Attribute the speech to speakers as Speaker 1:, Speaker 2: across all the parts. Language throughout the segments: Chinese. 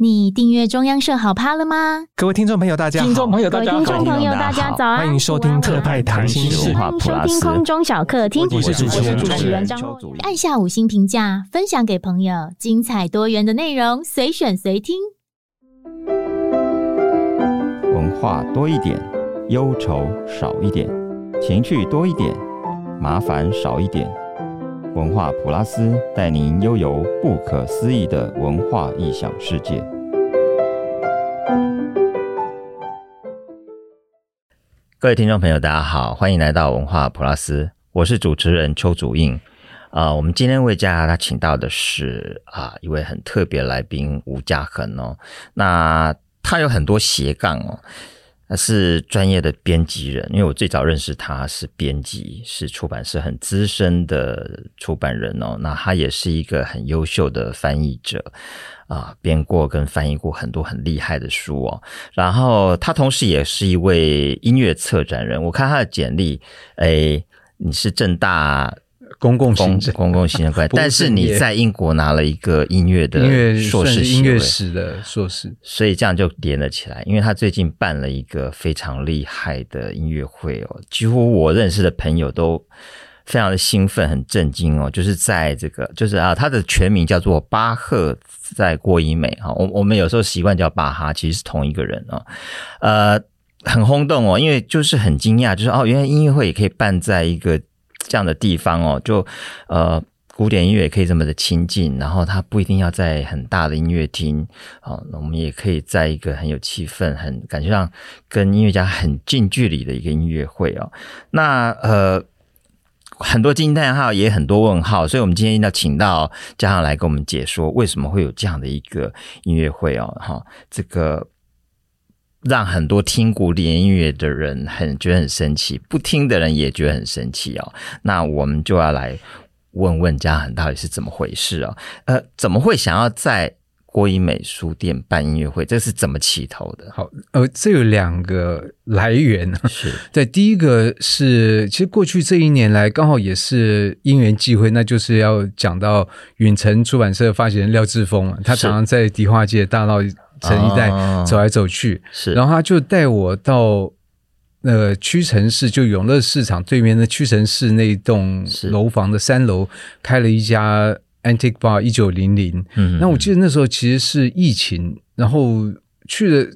Speaker 1: 你订阅中央社好趴了吗？
Speaker 2: 各位听众朋友，大家好！
Speaker 3: 听众朋友，
Speaker 1: 各
Speaker 3: 大
Speaker 1: 位
Speaker 3: 家
Speaker 1: 听众
Speaker 3: 好，
Speaker 1: 朋友，
Speaker 2: 大
Speaker 1: 大
Speaker 2: 家好
Speaker 1: 家早安！
Speaker 2: 欢迎收听特派谈心事
Speaker 1: 欢迎收听空中小客厅，
Speaker 2: 我是主持人
Speaker 1: 我是主持人张
Speaker 2: 周
Speaker 1: 若
Speaker 2: 祖
Speaker 1: 愚按下五星评价，分享给朋友，精彩多元的内容，随选随听。
Speaker 4: 文化多一点，忧愁少一点，情趣多一点，麻烦少一点。文化普拉斯带您悠游不可思议的文化异想世界。各位听众朋友，大家好，欢迎来到文化普拉斯，我是主持人邱祖印。啊、我们今天为大家请到的是啊、一位很特别来宾吴嘉恒哦，那他有很多斜杠哦，他是专业的编辑人，因为我最早认识他是编辑，是出版社很资深的出版人哦。那他也是一个很优秀的翻译者啊，编过跟翻译过很多很厉害的书哦。然后他同时也是一位音乐策展人，我看他的简历，哎，你是正大。
Speaker 3: 公共
Speaker 4: 公
Speaker 3: 行政
Speaker 4: 公共行 政官，
Speaker 3: 不务
Speaker 4: 但是
Speaker 3: 正
Speaker 4: 你
Speaker 3: 业
Speaker 4: 在英国拿了一个音乐的
Speaker 3: 音乐
Speaker 4: 硕
Speaker 3: 算
Speaker 4: 士
Speaker 3: 是
Speaker 4: 学
Speaker 3: 音乐
Speaker 4: 位
Speaker 3: 史的硕士，
Speaker 4: 所以这样就连了起来。因为他最近办了一个非常厉害的音乐会哦，几乎我认识的朋友都非常的兴奋，很震惊哦。就是在这个，就是啊，他的全名叫做巴赫在过伊美啊、哦，我我们有时候习惯叫巴哈，其实是同一个人哦。呃，很轰动哦，因为就是很惊讶，就是哦，原来音乐会也可以办在一个这样的地方哦，就呃。古典音乐也可以这么的亲近，然后它不一定要在很大的音乐厅，好，啊那我们也可以在一个很有气氛、很感觉上跟音乐家很近距离的一个音乐会哦。那呃，很多惊叹号，也很多问号，所以我们今天要请到嘉航来跟我们解说为什么会有这样的一个音乐会哦。哈，这个让很多听古典音乐的人很觉得很生气，不听的人也觉得很生气哦。那我们就要来问问嘉恒到底是怎么回事哦？呃，怎么会想要在郭一美书店办音乐会？这是怎么起头 的？
Speaker 3: 好，呃，这有两个来源啊。
Speaker 4: 是
Speaker 3: 对，第一个是，其实过去这一年来，刚好也是因缘际会，那就是要讲到远城出版社发起人廖志峰啊，他
Speaker 4: 是
Speaker 3: 常常在迪化街大闹城一带
Speaker 4: 哦
Speaker 3: 走来走去，
Speaker 4: 是，
Speaker 3: 然
Speaker 4: 后
Speaker 3: 后他就带我到呃屈臣氏，就永乐市场对面的屈臣氏那一栋
Speaker 4: 是
Speaker 3: 楼房的三楼，开了一家 Antique Bar 一九零零。
Speaker 4: 嗯
Speaker 3: 那我记得那时候其实是疫情，然后去了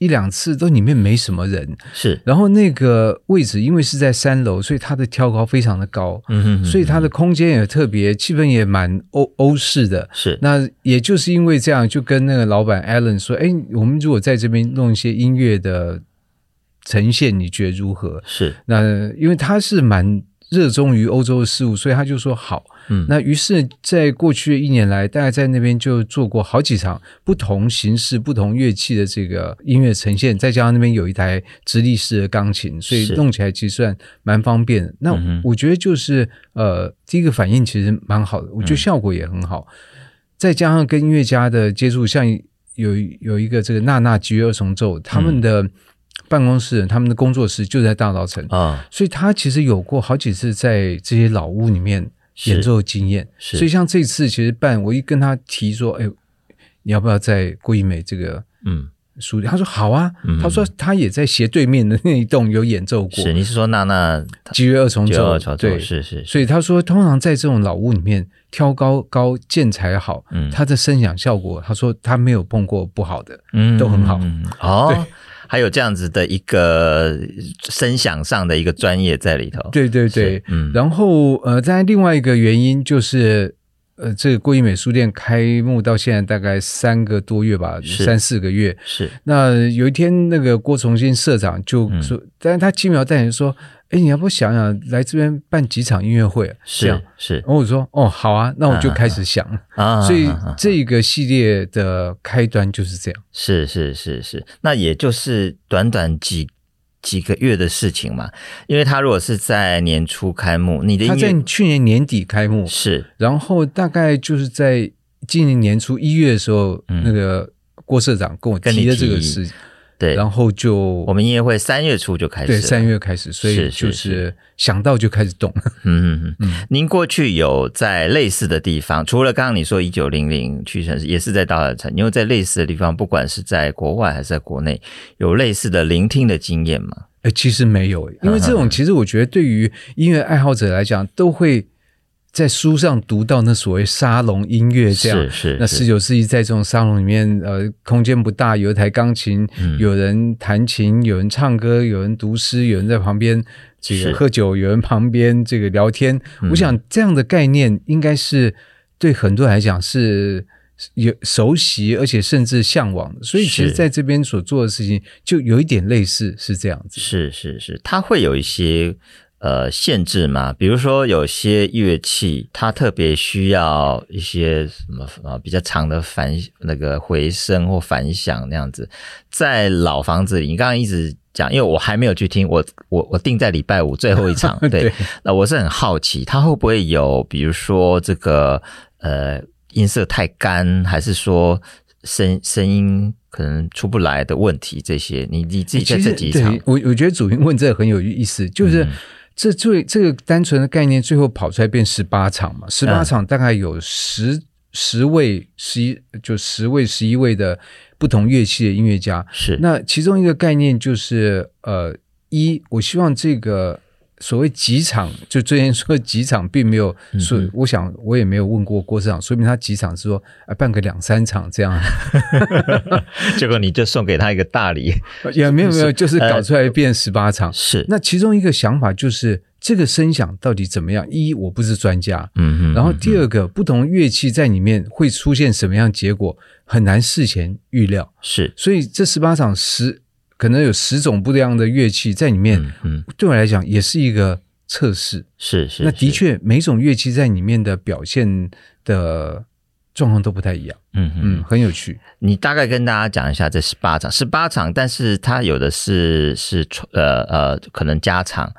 Speaker 3: 一两次，都里面没什么人。
Speaker 4: 是，
Speaker 3: 然后那个位置因为是在三楼，所以它的挑高非常的高，
Speaker 4: 嗯哼
Speaker 3: 所以它的空间也特别，气氛也蛮欧欧式的。
Speaker 4: 是
Speaker 3: 那也就是因为这样，就跟那个老板 Alan 说：“哎，我们如果在这边弄一些音乐的呈现，你觉得如何
Speaker 4: 是，？”
Speaker 3: 那因为他是蛮热衷于欧洲的事物，所以他就说好。
Speaker 4: 嗯
Speaker 3: 那于是，在过去的一年来，大概在那边就做过好几场不同形式、不同乐器的这个音乐呈现，再加上那边有一台直立式的钢琴，所以
Speaker 4: 是
Speaker 3: 弄起来其实算蛮方便的。那
Speaker 4: 嗯哼
Speaker 3: 我觉得就是呃，第一个反应其实蛮好
Speaker 4: 嗯
Speaker 3: 的，我觉得效果也很好。再加上跟音乐家的接触，像有有一个这个娜娜吉约二重奏，他
Speaker 4: 嗯
Speaker 3: 们的办公室、他们的工作室就在大稻城，
Speaker 4: 啊，
Speaker 3: 所以他其实有过好几次在这些老屋里面
Speaker 4: 是
Speaker 3: 演奏的经验。
Speaker 4: 是
Speaker 3: 所以像这次其实办，我一跟他提说，哎，你要不要在郭一美这个
Speaker 4: 嗯，
Speaker 3: 书店？他说好啊，
Speaker 4: 嗯
Speaker 3: 他说他也在斜对面的那一栋有演奏过
Speaker 4: 是，你是说娜娜
Speaker 3: 吉约二重
Speaker 4: 九
Speaker 3: 奏
Speaker 4: 二，潮
Speaker 3: 对，
Speaker 4: 是是是，
Speaker 3: 所以他说，通常在这种老屋里面，挑高高建材好，
Speaker 4: 嗯
Speaker 3: 它的声响效果，他说他没有碰过不好的。
Speaker 4: 嗯
Speaker 3: 都很好
Speaker 4: 嗯嗯哦。还有这样子的一个声响上的一个专业在里头，
Speaker 3: 对对
Speaker 4: 是，
Speaker 3: 对，
Speaker 4: 嗯，
Speaker 3: 然后呃，在另外一个原因就是，呃，这个郭一美书店开幕到现在大概三个多月吧，
Speaker 4: 是
Speaker 3: 三四个月。
Speaker 4: 是
Speaker 3: 那有一天，那个郭崇新社长就
Speaker 4: 嗯
Speaker 3: 说，但是他轻描淡写说：“哎，你要不想想来这边办几场音乐会、啊？”这样
Speaker 4: 是是
Speaker 3: 然后我说：“哦，好啊。”那我就
Speaker 4: 啊啊
Speaker 3: 开始想了。
Speaker 4: 啊，
Speaker 3: 所以
Speaker 4: 啊啊啊
Speaker 3: 这个系列的开端就是这样。
Speaker 4: 是是是是，那也就是短短几几个月的事情嘛。因为他如果是在年初开幕，你的
Speaker 3: 它
Speaker 4: 音
Speaker 3: 在
Speaker 4: 乐
Speaker 3: 去年年底开幕，
Speaker 4: 是
Speaker 3: 然后大概就是在今年年初一月的时候，
Speaker 4: 嗯
Speaker 3: 那个郭社长跟我
Speaker 4: 跟你
Speaker 3: 提了这个
Speaker 4: 提
Speaker 3: 事，
Speaker 4: 对，
Speaker 3: 然后就我
Speaker 4: 我们音乐会三月初就开始
Speaker 3: 对
Speaker 4: 了，
Speaker 3: 三月开始，所以
Speaker 4: 是是
Speaker 3: 就是想到就开始 动。
Speaker 4: 嗯嗯嗯，您过去有在类似的地方，除了刚刚你说一九零零屈臣氏也是在大稻城，你有在类似的地方，不管是在国外还是在国内，有类似的聆听的经验吗？
Speaker 3: 呃，其实没有，
Speaker 4: 嗯
Speaker 3: 因为这种其实我觉得对于音乐爱好者来讲，都会在书上读到那所谓沙龙音乐这样
Speaker 4: 是。是，
Speaker 3: 那四九四一在这种沙龙里面，呃，空间不大，有一台钢琴，
Speaker 4: 嗯
Speaker 3: 有人弹琴，有人唱歌，有人读诗，有人在旁边这
Speaker 4: 是
Speaker 3: 个喝酒，有人旁边这个聊天。
Speaker 4: 嗯
Speaker 3: 我想这样的概念应该是对很多人来讲是是有熟悉，而且甚至向往的。所以其实
Speaker 4: 是
Speaker 3: 在这边所做的事情就有一点类似是这样子。
Speaker 4: 是是是，它会有一些呃限制吗？比如说有些乐器它特别需要一些什么啊、呃比较长的反那个回声或反响那样子，在老房子里，你刚刚一直。讲，因为我还没有去听，我我我定在礼拜五最后 一场，对，那我是很好奇，它会不会有，比如说这个呃音色太干，还是说声声音可能出不来的问题？这些你你自己在
Speaker 3: 其实
Speaker 4: 这几场
Speaker 3: 对，我我觉得主云问这个很有意思，就是
Speaker 4: 嗯
Speaker 3: 这最这个单纯的概念，最后跑出来变十八场嘛，十八
Speaker 4: 嗯
Speaker 3: 场大概有十十位、十一就十位、十一位的不同乐器的音乐家。
Speaker 4: 是
Speaker 3: 那其中一个概念就是，呃，一我希望这个。所谓几场，就之前说的几场，并没有
Speaker 4: 嗯
Speaker 3: 说，我想我也没有问过郭市长，说明他几场是说啊办个两三场 这样啊，
Speaker 4: 结果你就送给他一个大礼，
Speaker 3: 也没有没有，就是
Speaker 4: 呃
Speaker 3: 搞出来变十八场，
Speaker 4: 是
Speaker 3: 那其中一个想法就是这个声响到底怎么样？一我不是专家，
Speaker 4: 嗯
Speaker 3: 然后第
Speaker 4: 二
Speaker 3: 二个不同乐器在里面会出现什么样的结果，很难事前预料。
Speaker 4: 是
Speaker 3: 所以这十八场十可能有十种不一样的乐器在里面，
Speaker 4: 嗯嗯
Speaker 3: 对我来讲也是一个测试。
Speaker 4: 是是，
Speaker 3: 那的
Speaker 4: 是，
Speaker 3: 确，每种乐器在里面的表现的状况都不太一样，
Speaker 4: 嗯嗯
Speaker 3: 嗯，，很有趣。
Speaker 4: 你大概跟大家讲一下这十八场，十八场，但是它有的是是重呃呃，可能加场，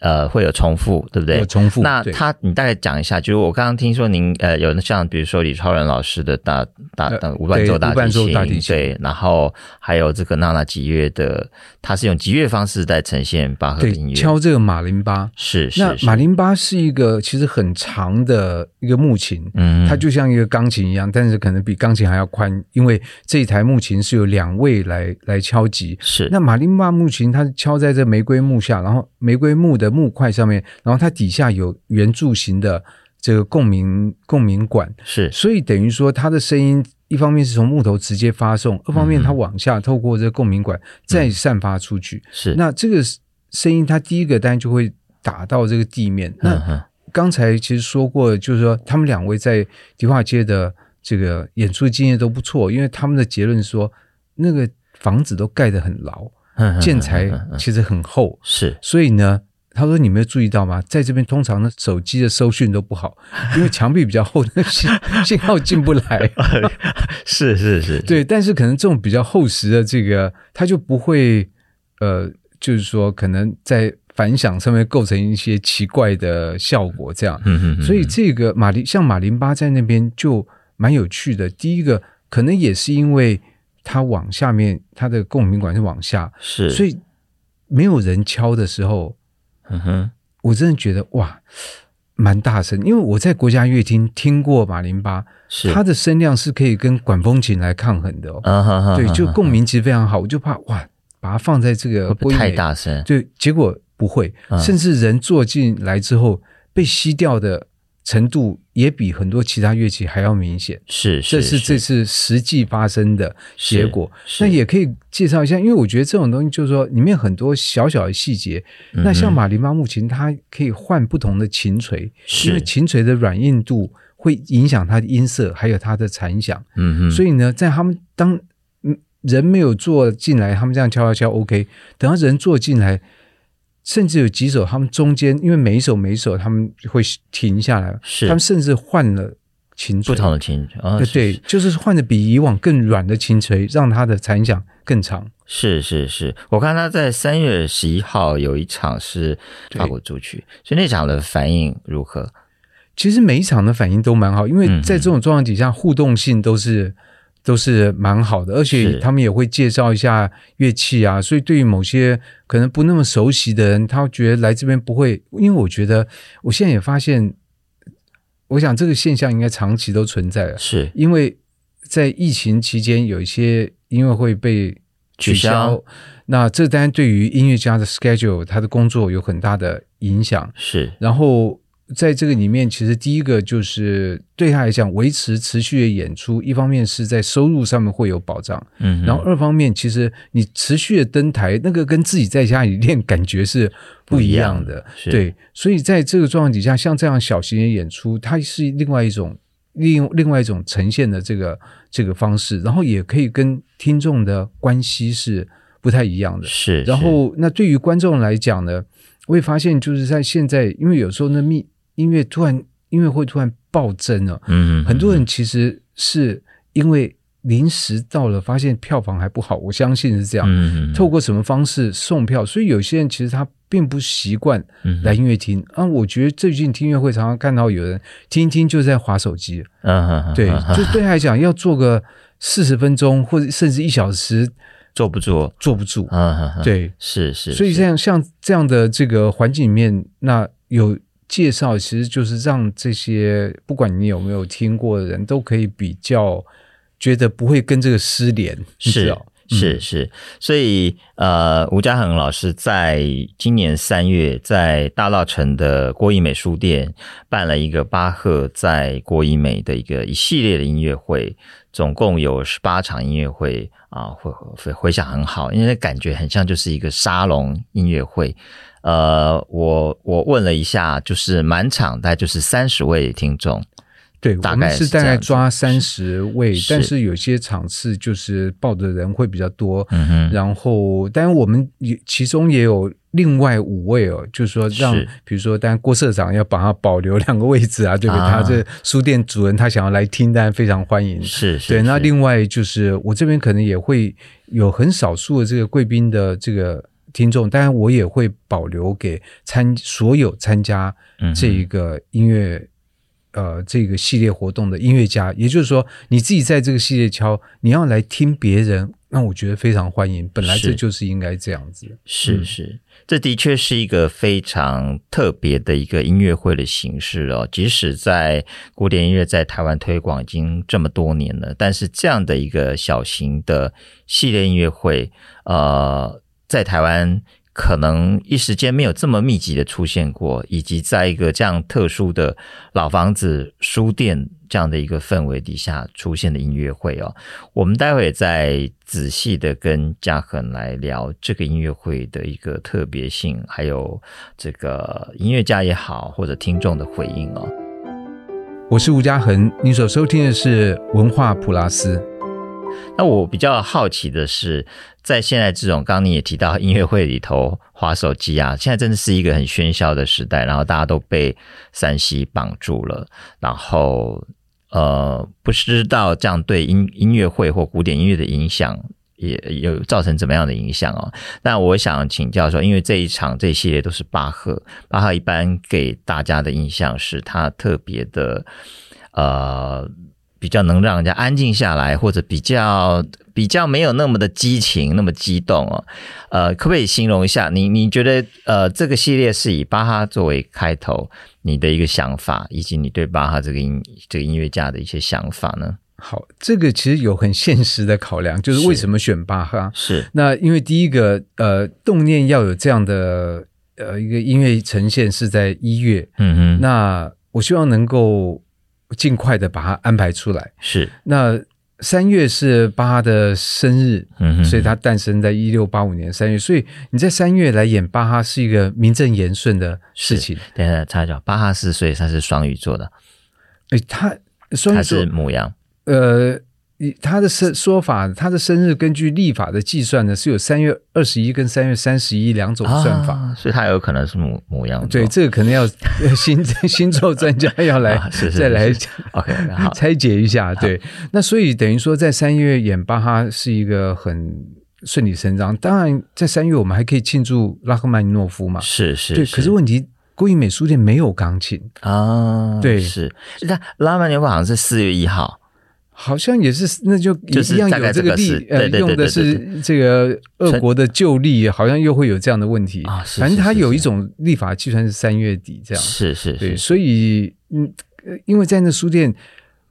Speaker 4: 呃会有重复，对不对
Speaker 3: 有？重复，
Speaker 4: 那
Speaker 3: 对
Speaker 4: 他，你大概讲一下，就是我刚刚听说您呃有像比如说李超人老师的大大
Speaker 3: 呃
Speaker 4: 呃无伴奏
Speaker 3: 对
Speaker 4: 大
Speaker 3: 无伴奏大提
Speaker 4: 提琴，
Speaker 3: 琴
Speaker 4: 对，然后还有这个娜娜吉乐的，它是用吉乐方式在呈现巴赫的音
Speaker 3: 对
Speaker 4: 乐，
Speaker 3: 敲这个马林巴，
Speaker 4: 是
Speaker 3: 那
Speaker 4: 是是，
Speaker 3: 马林巴是一个其实很长的一个木琴，
Speaker 4: 嗯
Speaker 3: 它就像一个钢琴一样，但是可能比钢琴还要宽，因为这一台木琴是有两位来来敲击。
Speaker 4: 是
Speaker 3: 那马林巴木琴它是敲在这玫瑰木下，然后玫瑰木的木块上面，然后它底下有圆柱形的这个共鸣共鸣管，
Speaker 4: 是
Speaker 3: 所以等于说它的声音一方面是从木头直接发送，二方面它往下透过这个共鸣管再散发出去。
Speaker 4: 是
Speaker 3: 那这个声音，它第一个当然就会打到这个地面。
Speaker 4: 嗯
Speaker 3: 那
Speaker 4: 哼
Speaker 3: 刚才其实说过，就是说他们两位在迪化街的这个演出经验都不错，因为他们的结论说，那个房子都盖得很牢，
Speaker 4: 嗯哼
Speaker 3: 建材
Speaker 4: 嗯哼
Speaker 3: 其实很厚，
Speaker 4: 是
Speaker 3: 所以呢。他说：“你没有注意到吗？在这边通常呢，手机的收讯都不好，因为墙壁比较厚，那信 信号进不来。
Speaker 4: 是是是，
Speaker 3: 对，但是可能这种比较厚实的这个，它就不会呃，就是说可能在反响上面构成一些奇怪的效果这样。
Speaker 4: 嗯哼哼，
Speaker 3: 所以这个马林像马林巴在那边就蛮有趣的。第一个可能也是因为它往下面，它的共鸣管是往下，
Speaker 4: 是
Speaker 3: 所以没有人敲的时候，
Speaker 4: 嗯哼
Speaker 3: 我真的觉得哇。蛮大声，因为我在国家乐厅听过马林巴，
Speaker 4: 是
Speaker 3: 它的声量是可以跟管风琴来抗衡的哦。
Speaker 4: 啊哈哈，
Speaker 3: 对，就
Speaker 4: 嗯哼
Speaker 3: 共鸣其实非常好，我就怕哇，把它放在这个
Speaker 4: 会不
Speaker 3: 播
Speaker 4: 会
Speaker 3: 音
Speaker 4: 太
Speaker 3: 美，
Speaker 4: 大声，
Speaker 3: 对，结果不会，
Speaker 4: 嗯
Speaker 3: 甚至人坐进来之后被吸掉的程度也比很多其他乐器还要明显。
Speaker 4: 是
Speaker 3: 这是
Speaker 4: 是
Speaker 3: 这次实际发生的结果。
Speaker 4: 是
Speaker 3: 那也可以介绍一下，因为我觉得这种东西就是说里面很多小小的细节。
Speaker 4: 嗯哼
Speaker 3: 那像马林巴木琴，它可以换不同的琴锤，
Speaker 4: 是
Speaker 3: 因为琴锤的软硬度会影响它的音色，还有它的残响。
Speaker 4: 嗯哼，
Speaker 3: 所以呢，在他们当嗯人没有坐进来，他们这样敲敲敲 OK，等到人坐进来，甚至有几首他们中间，因为每一首每一首他们会停下来，
Speaker 4: 是
Speaker 3: 他们甚至换了琴锤，
Speaker 4: 不同的情啊
Speaker 3: 呃
Speaker 4: 是
Speaker 3: 对，就是换的比以往更软的琴锤，让它的残响更长。
Speaker 4: 是是是，我看他在三月十一号有一场是法国驻区，所以那场的反应如何？
Speaker 3: 其实每一场的反应都蛮好，因为
Speaker 4: 嗯
Speaker 3: 在这种状况底下，互动性都是都是蛮好的，而且
Speaker 4: 是
Speaker 3: 他们也会介绍一下乐器啊，所以对于某些可能不那么熟悉的人，他觉得来这边不会，因为我觉得我现在也发现，我想这个现象应该长期都存在了，啊
Speaker 4: 是
Speaker 3: 因为在疫情期间有一些音乐会被取
Speaker 4: 取消
Speaker 3: 那这当然对于音乐家的 schedule 他的工作有很大的影响，
Speaker 4: 是
Speaker 3: 然后在这个里面，其实第一个就是对他来讲，维持持续的演出，一方面是在收入上面会有保障，
Speaker 4: 嗯哼，
Speaker 3: 然后二方面其实你持续的登台，那个跟自己在家里练感觉是不一样的。
Speaker 4: 是
Speaker 3: 对，所以在这个状况底下，像这样小型的演出，它是另外一种。利用另外一种呈现的这个这个方式，然后也可以跟听众的关系是不太一样的。
Speaker 4: 是，
Speaker 3: 然后，那对于观众来讲呢，我也发现就是在现在，因为有时候那密音乐突然音乐会突然暴增了，
Speaker 4: 嗯哼，
Speaker 3: 很多人其实是因为临时到了，发现票房还不好，我相信是这样。
Speaker 4: 嗯哼
Speaker 3: 透过什么方式送票？所以有些人其实他并不习惯
Speaker 4: 嗯
Speaker 3: 来
Speaker 4: 哼
Speaker 3: 音乐厅、啊。我觉得最近听音乐会常常看到有人听一听就在划手机，
Speaker 4: 嗯哼哼
Speaker 3: 对，
Speaker 4: 哼哼
Speaker 3: 就对他来讲要做个四十分钟或者甚至一小时
Speaker 4: 坐不住，
Speaker 3: 坐不住，
Speaker 4: 嗯哼哼，
Speaker 3: 对。
Speaker 4: 是是，
Speaker 3: 所以
Speaker 4: 是
Speaker 3: 这样像这样的这个环境里面，那有介绍，其实就是让这些不管你有没有听过的人都可以比较觉得不会跟这个失联，你知
Speaker 4: 是
Speaker 3: 道嗯
Speaker 4: 是是，所以呃，吴家恒老师在今年三月在大稻城的国艺美术店办了一个巴赫在国艺美的一个一系列的音乐会，总共有十八场音乐会啊，回回回响很好，因为那感觉很像就是一个沙龙音乐会。呃，我我问了一下，就是满场大概就是三十位听众，
Speaker 3: 对，
Speaker 4: 大
Speaker 3: 我们
Speaker 4: 概
Speaker 3: 是
Speaker 4: 是这
Speaker 3: 大概
Speaker 4: 样子
Speaker 3: 抓三十位，
Speaker 4: 是
Speaker 3: 但是有些场次就是报的人会比较多，
Speaker 4: 嗯哼，
Speaker 3: 然后，当然我们也其中也有另外五位哦，就是说让
Speaker 4: 是，
Speaker 3: 比如说，当然郭社长要把他保留两个位置啊，对不对？
Speaker 4: 啊
Speaker 3: 他这书店主人他想要来听，当然非常欢迎。
Speaker 4: 是是，
Speaker 3: 对，那
Speaker 4: 是
Speaker 3: 另外就是我这边可能也会有很少数的这个贵宾的这个听众，当然我也会保留给参所有参加
Speaker 4: 嗯哼
Speaker 3: 这一个音乐、呃这个系列活动的音乐家，也就是说你自己在这个系列敲，你要来听别人，那我觉得非常欢迎，本来
Speaker 4: 是
Speaker 3: 这就是应该这样子。
Speaker 4: 是
Speaker 3: 嗯
Speaker 4: 是，这的确是一个非常特别的一个音乐会的形式哦。即使在古典音乐在台湾推广已经这么多年了，但是这样的一个小型的系列音乐会，呃，在台湾可能一时间没有这么密集的出现过，以及在一个这样特殊的老房子书店这样的一个氛围底下出现的音乐会哦。我们待会也再仔细的跟嘉恒来聊这个音乐会的一个特别性，还有这个音乐家也好，或者听众的回应哦。
Speaker 3: 我是吴嘉恒，你所收听的是文化普拉斯。
Speaker 4: 那我比较好奇的是，在现在这种，刚刚你也提到音乐会里头划手机啊，现在真的是一个很喧嚣的时代，然后大家都被山西绑住了，然后呃，不知道这样对音音乐会或古典音乐的影响。也有造成怎么样的影响哦？那我想请教说，因为这一场这一系列都是巴赫，巴赫一般给大家的印象是他特别的，呃，比较能让人家安静下来，或者比较比较没有那么的激情，那么激动哦。呃，可不可以形容一下？你你觉得呃，这个系列是以巴哈作为开头，你的一个想法，以及你对巴哈这个音这个音乐家的一些想法呢？
Speaker 3: 好，这个其实有很现实的考量，就是
Speaker 4: 是
Speaker 3: 为什么选巴哈？
Speaker 4: 是
Speaker 3: 那因为第一个呃，动念要有这样的呃一个音乐呈现是在一月，
Speaker 4: 嗯哼，
Speaker 3: 那我希望能够尽快的把它安排出来。
Speaker 4: 是
Speaker 3: 那三月是巴哈的生日，
Speaker 4: 嗯哼，
Speaker 3: 所以他诞生在一六八五年三月，所以你在三月来演巴哈是一个名正言顺的事情。
Speaker 4: 等一下插一脚，巴哈是所以他是双鱼座的，
Speaker 3: 诶，他哎双
Speaker 4: 他
Speaker 3: 鱼座
Speaker 4: 是母羊，
Speaker 3: 呃，以他的生说法，他的生日根据历法的计算呢，是有三月二十一跟三月三十一两种算法。
Speaker 4: 啊所以他有可能是母母羊座。
Speaker 3: 对，这个可能要 呃星星座专家要来、
Speaker 4: 啊是是
Speaker 3: 再来
Speaker 4: 是 OK 好
Speaker 3: 拆解一下。对，那所以等于说，在三月演巴哈是一个很顺理成章。当然，在三月我们还可以庆祝拉赫曼尼诺夫嘛。
Speaker 4: 是是
Speaker 3: 对，可是问题，国营美术店没有钢琴，
Speaker 4: 啊，
Speaker 3: 对
Speaker 4: 是，那拉曼尼夫好像是四月一号，
Speaker 3: 好像也是，那就
Speaker 4: 就是
Speaker 3: 一样
Speaker 4: 大概
Speaker 3: 有
Speaker 4: 这
Speaker 3: 个
Speaker 4: 个
Speaker 3: 例
Speaker 4: 是，
Speaker 3: 呃
Speaker 4: 对，对
Speaker 3: 用
Speaker 4: 对
Speaker 3: 的
Speaker 4: 对
Speaker 3: 是这个俄国的旧例，好像又会有这样的问题
Speaker 4: 啊是
Speaker 3: 反正
Speaker 4: 是
Speaker 3: 它
Speaker 4: 是
Speaker 3: 有一
Speaker 4: 是
Speaker 3: 种立法，计算是三月底这样。
Speaker 4: 是是
Speaker 3: 对，
Speaker 4: 是，
Speaker 3: 所以嗯，呃因为在那书店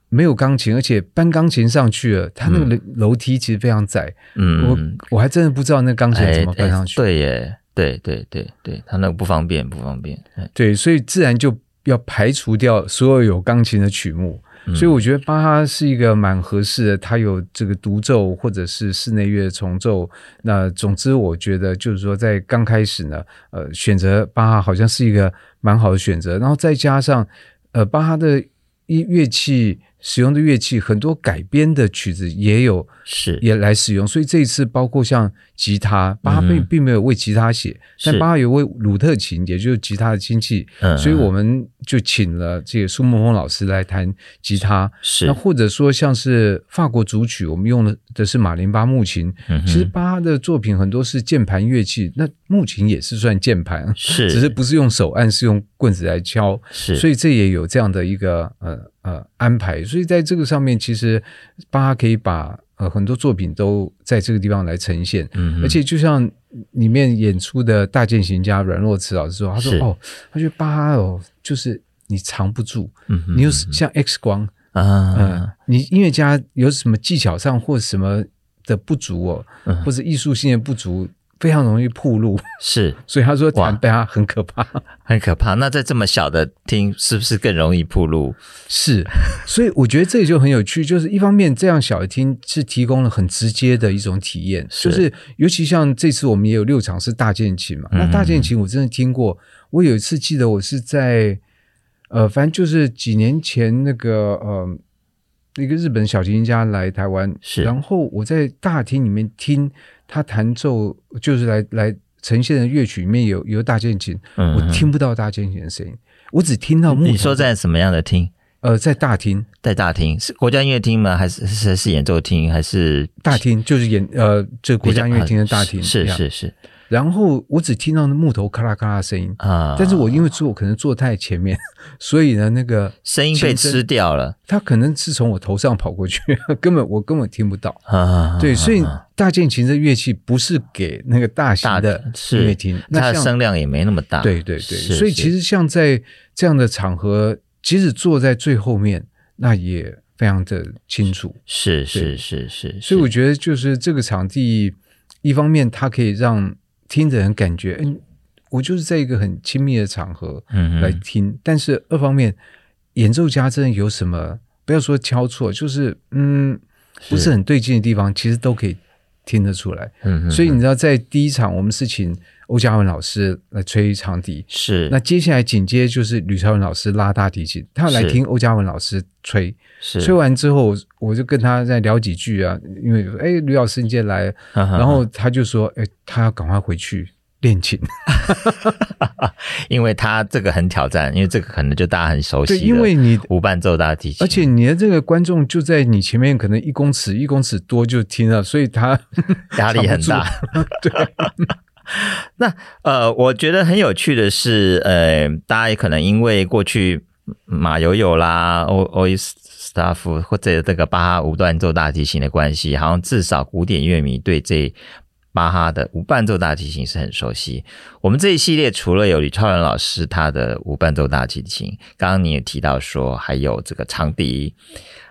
Speaker 3: 没有钢琴，而且搬钢琴上去了，它那个楼楼梯其实非常窄，
Speaker 4: 嗯，哎
Speaker 3: 我我还真的不知道那钢琴怎么搬上去。
Speaker 4: 对耶，对对对对，他那个不方便，不方便。哎
Speaker 3: 对，所以自然就要排除掉所有有钢琴的曲目。
Speaker 4: 嗯
Speaker 3: 所以我觉得巴哈是一个蛮合适的，他有这个独奏或者是室内乐重奏。那总之，我觉得就是说，在刚开始呢，呃，选择巴哈好像是一个蛮好的选择。然后再加上，呃，巴哈的一乐器使用的乐器很多改编的曲子也有
Speaker 4: 是
Speaker 3: 也来使用，所以这一次包括像吉他，巴哈
Speaker 4: 嗯
Speaker 3: 并
Speaker 4: 哼
Speaker 3: 并没有为吉他写，但
Speaker 4: 是
Speaker 3: 巴哈有为鲁特琴，也就是吉他的亲戚，
Speaker 4: 嗯
Speaker 3: 所以我们就请了这个苏梦峰老师来弹吉他。
Speaker 4: 嗯是
Speaker 3: 那或者说像是法国组曲，我们用的的是马林巴木琴。
Speaker 4: 嗯哼
Speaker 3: 其实巴哈的作品很多是键盘乐器，那木琴也是算键盘，
Speaker 4: 是
Speaker 3: 只是不是用手按，是用棍子来敲。
Speaker 4: 是，
Speaker 3: 所
Speaker 4: 以
Speaker 3: 以这也有这样的一个呃呃安排。所以在这个上面，其实巴哈可以把呃很多作品都在这个地方来呈现。
Speaker 4: 嗯哼
Speaker 3: 而且就像里面演出的大键琴家阮若慈老师说，他说
Speaker 4: 是
Speaker 3: 哦，他觉得巴哈哦，就是你藏不住，
Speaker 4: 嗯哼
Speaker 3: 你有像 X 光，嗯
Speaker 4: 啊，，
Speaker 3: 你音乐家有什么技巧上或什么的不足哦，
Speaker 4: 嗯
Speaker 3: 或者艺术性的不足，非常容易暴露。
Speaker 4: 是
Speaker 3: 所以他说
Speaker 4: 哇
Speaker 3: 弹贝哈很可怕。
Speaker 4: 很可怕。那在这么小的厅，是不是更容易铺路？
Speaker 3: 是，所以我觉得这也就很有趣，就是一方面这样小的厅是提供了很直接的一种体验，
Speaker 4: 是
Speaker 3: 就是尤其像这次我们也有六场是大键琴嘛，
Speaker 4: 嗯
Speaker 3: 那大键琴我真的听过，我有一次记得我是在呃，反正就是几年前那个呃。一个日本小提琴家来台湾，
Speaker 4: 是
Speaker 3: 然后我在大厅里面听他弹奏，就是来来呈现的乐曲里面有有大键琴，
Speaker 4: 嗯
Speaker 3: 我听不到大键琴的声音，我只听到木
Speaker 4: 你
Speaker 3: 头
Speaker 4: 说在什么样的厅？
Speaker 3: 呃在大厅，
Speaker 4: 在大厅是国家音乐厅吗？还是是是演奏厅？还是啊
Speaker 3: 大厅，就是演呃，这国家音乐厅的大厅
Speaker 4: 呃是
Speaker 3: 这样
Speaker 4: 是是
Speaker 3: 然后我只听到那木头咔啦咔啦的声音，
Speaker 4: 啊！
Speaker 3: 但是我因为坐可能坐太前面， 所以呢，那个
Speaker 4: 声音被吃掉了
Speaker 3: 它可能是从我头上跑过去， 根本我根本听不到。
Speaker 4: 啊！
Speaker 3: 对，所以大键琴这乐器不是给那个大型
Speaker 4: 大
Speaker 3: 的音
Speaker 4: 是
Speaker 3: 乐厅，
Speaker 4: 它
Speaker 3: 那
Speaker 4: 的
Speaker 3: 像
Speaker 4: 声量也没那么大。
Speaker 3: 对对对，
Speaker 4: 是
Speaker 3: 所以其
Speaker 4: 是
Speaker 3: 实像在这样的场合，即使坐在最后面，那也非常的清楚。
Speaker 4: 是是是是，
Speaker 3: 所以我
Speaker 4: 是
Speaker 3: 觉得就是这个场地，一方面它可以让听的人感觉，嗯，我就是在一个很亲密的场合
Speaker 4: 嗯
Speaker 3: 来
Speaker 4: 哼
Speaker 3: 听；但是二方面，演奏家真的有什么，不要说敲错，就是嗯，不是很对劲的地方，其实都可以听得出来。
Speaker 4: 嗯哼，
Speaker 3: 所以你知道，在第一场我们是请欧嘉文老师来吹长笛，
Speaker 4: 是
Speaker 3: 那接下来紧接就是吕超文老师拉大提琴，他要来
Speaker 4: 是
Speaker 3: 听欧嘉文老师吹。
Speaker 4: 是
Speaker 3: 吹完之后，我就跟他再聊几句啊，因为哎，吕老师你今天
Speaker 4: 嗯
Speaker 3: 来，然
Speaker 4: 然
Speaker 3: 后他就说，哎，他要赶快回去练琴，
Speaker 4: 因为它这个很挑战，因为这个可能就大家很熟悉
Speaker 3: 对，
Speaker 4: 的，
Speaker 3: 因为你。
Speaker 4: 无伴奏大提琴，
Speaker 3: 而且你的这个观众就在你前面，可能一公尺一公尺多就听了，所以他
Speaker 4: 压力很大。
Speaker 3: 对，
Speaker 4: 那呃，我觉得很有趣的是，呃，大家也可能因为过去马友友啦、欧欧伊斯塔夫或者这个巴哈无伴奏大提琴的关系，好像至少古典乐迷对这巴哈的无伴奏大提琴是很熟悉。我们这一系列除了有吕超然老师他的无伴奏大提琴，刚刚你也提到说，还有这个长笛，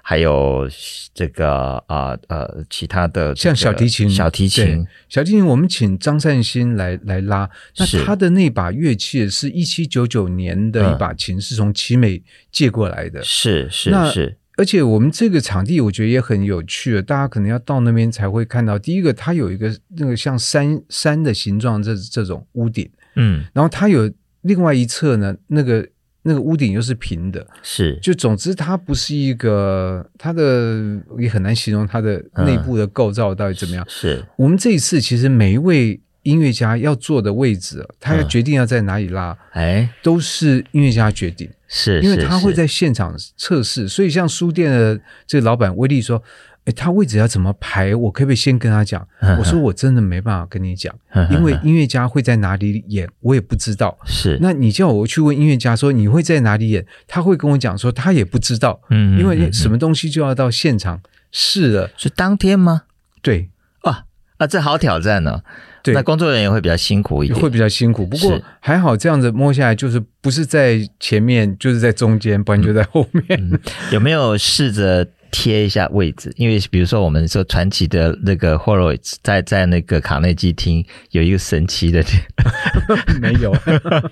Speaker 4: 还有这个啊呃其他的这
Speaker 3: 像
Speaker 4: 个
Speaker 3: 小提琴，
Speaker 4: 小提
Speaker 3: 对
Speaker 4: 琴，
Speaker 3: 小提琴，我们请张善新来来拉。那
Speaker 4: 是
Speaker 3: 他的那把乐器是一七九九年的一把琴，是从奇美借过来的。
Speaker 4: 是是
Speaker 3: 那
Speaker 4: 是，
Speaker 3: 而且我们这个场地，我觉得也很有趣，大家可能要到那边才会看到。第一个，它有一个那个像山山的形状这这种屋顶，
Speaker 4: 嗯
Speaker 3: 然后它有另外一侧呢，那个那个屋顶又是平的。
Speaker 4: 是
Speaker 3: 就总之，它不是一个它的也很难形容它的内部的构造到底怎么样。
Speaker 4: 是
Speaker 3: 我们这一次其实每一位音乐家要坐的位置，啊他要
Speaker 4: 嗯
Speaker 3: 决定要在哪里拉，
Speaker 4: 哎
Speaker 3: 都是音乐家决定。
Speaker 4: 是，
Speaker 3: 因为
Speaker 4: 是
Speaker 3: 他会
Speaker 4: 是
Speaker 3: 在现场测试，所以像书店的这个老板威利说：“哎，他位置要怎么排？我可不可以先跟他讲？”
Speaker 4: 嗯
Speaker 3: 我说：“我真的没办法跟你讲，
Speaker 4: 嗯
Speaker 3: 因为音乐家会在哪里演，我也不知道。
Speaker 4: 是
Speaker 3: 那你叫我去问音乐家说你会在哪里演，他会跟我讲说他也不知道，
Speaker 4: 嗯
Speaker 3: 因为
Speaker 4: 嗯
Speaker 3: 什么东西就要到现场试了，
Speaker 4: 是当天吗？
Speaker 3: 对，
Speaker 4: 啊啊，这好挑战哦。
Speaker 3: 对
Speaker 4: 那工作人员会比较辛苦一点，
Speaker 3: 会比较辛苦。不过
Speaker 4: 是
Speaker 3: 还好，这样子摸下来就是不是在前面，就是在中间，不然就在后面。
Speaker 4: 有没有试着贴一下位置？因为比如说我们说传奇的那个 Horowitz 在在那个卡内基厅有一个神奇的，
Speaker 3: 没有，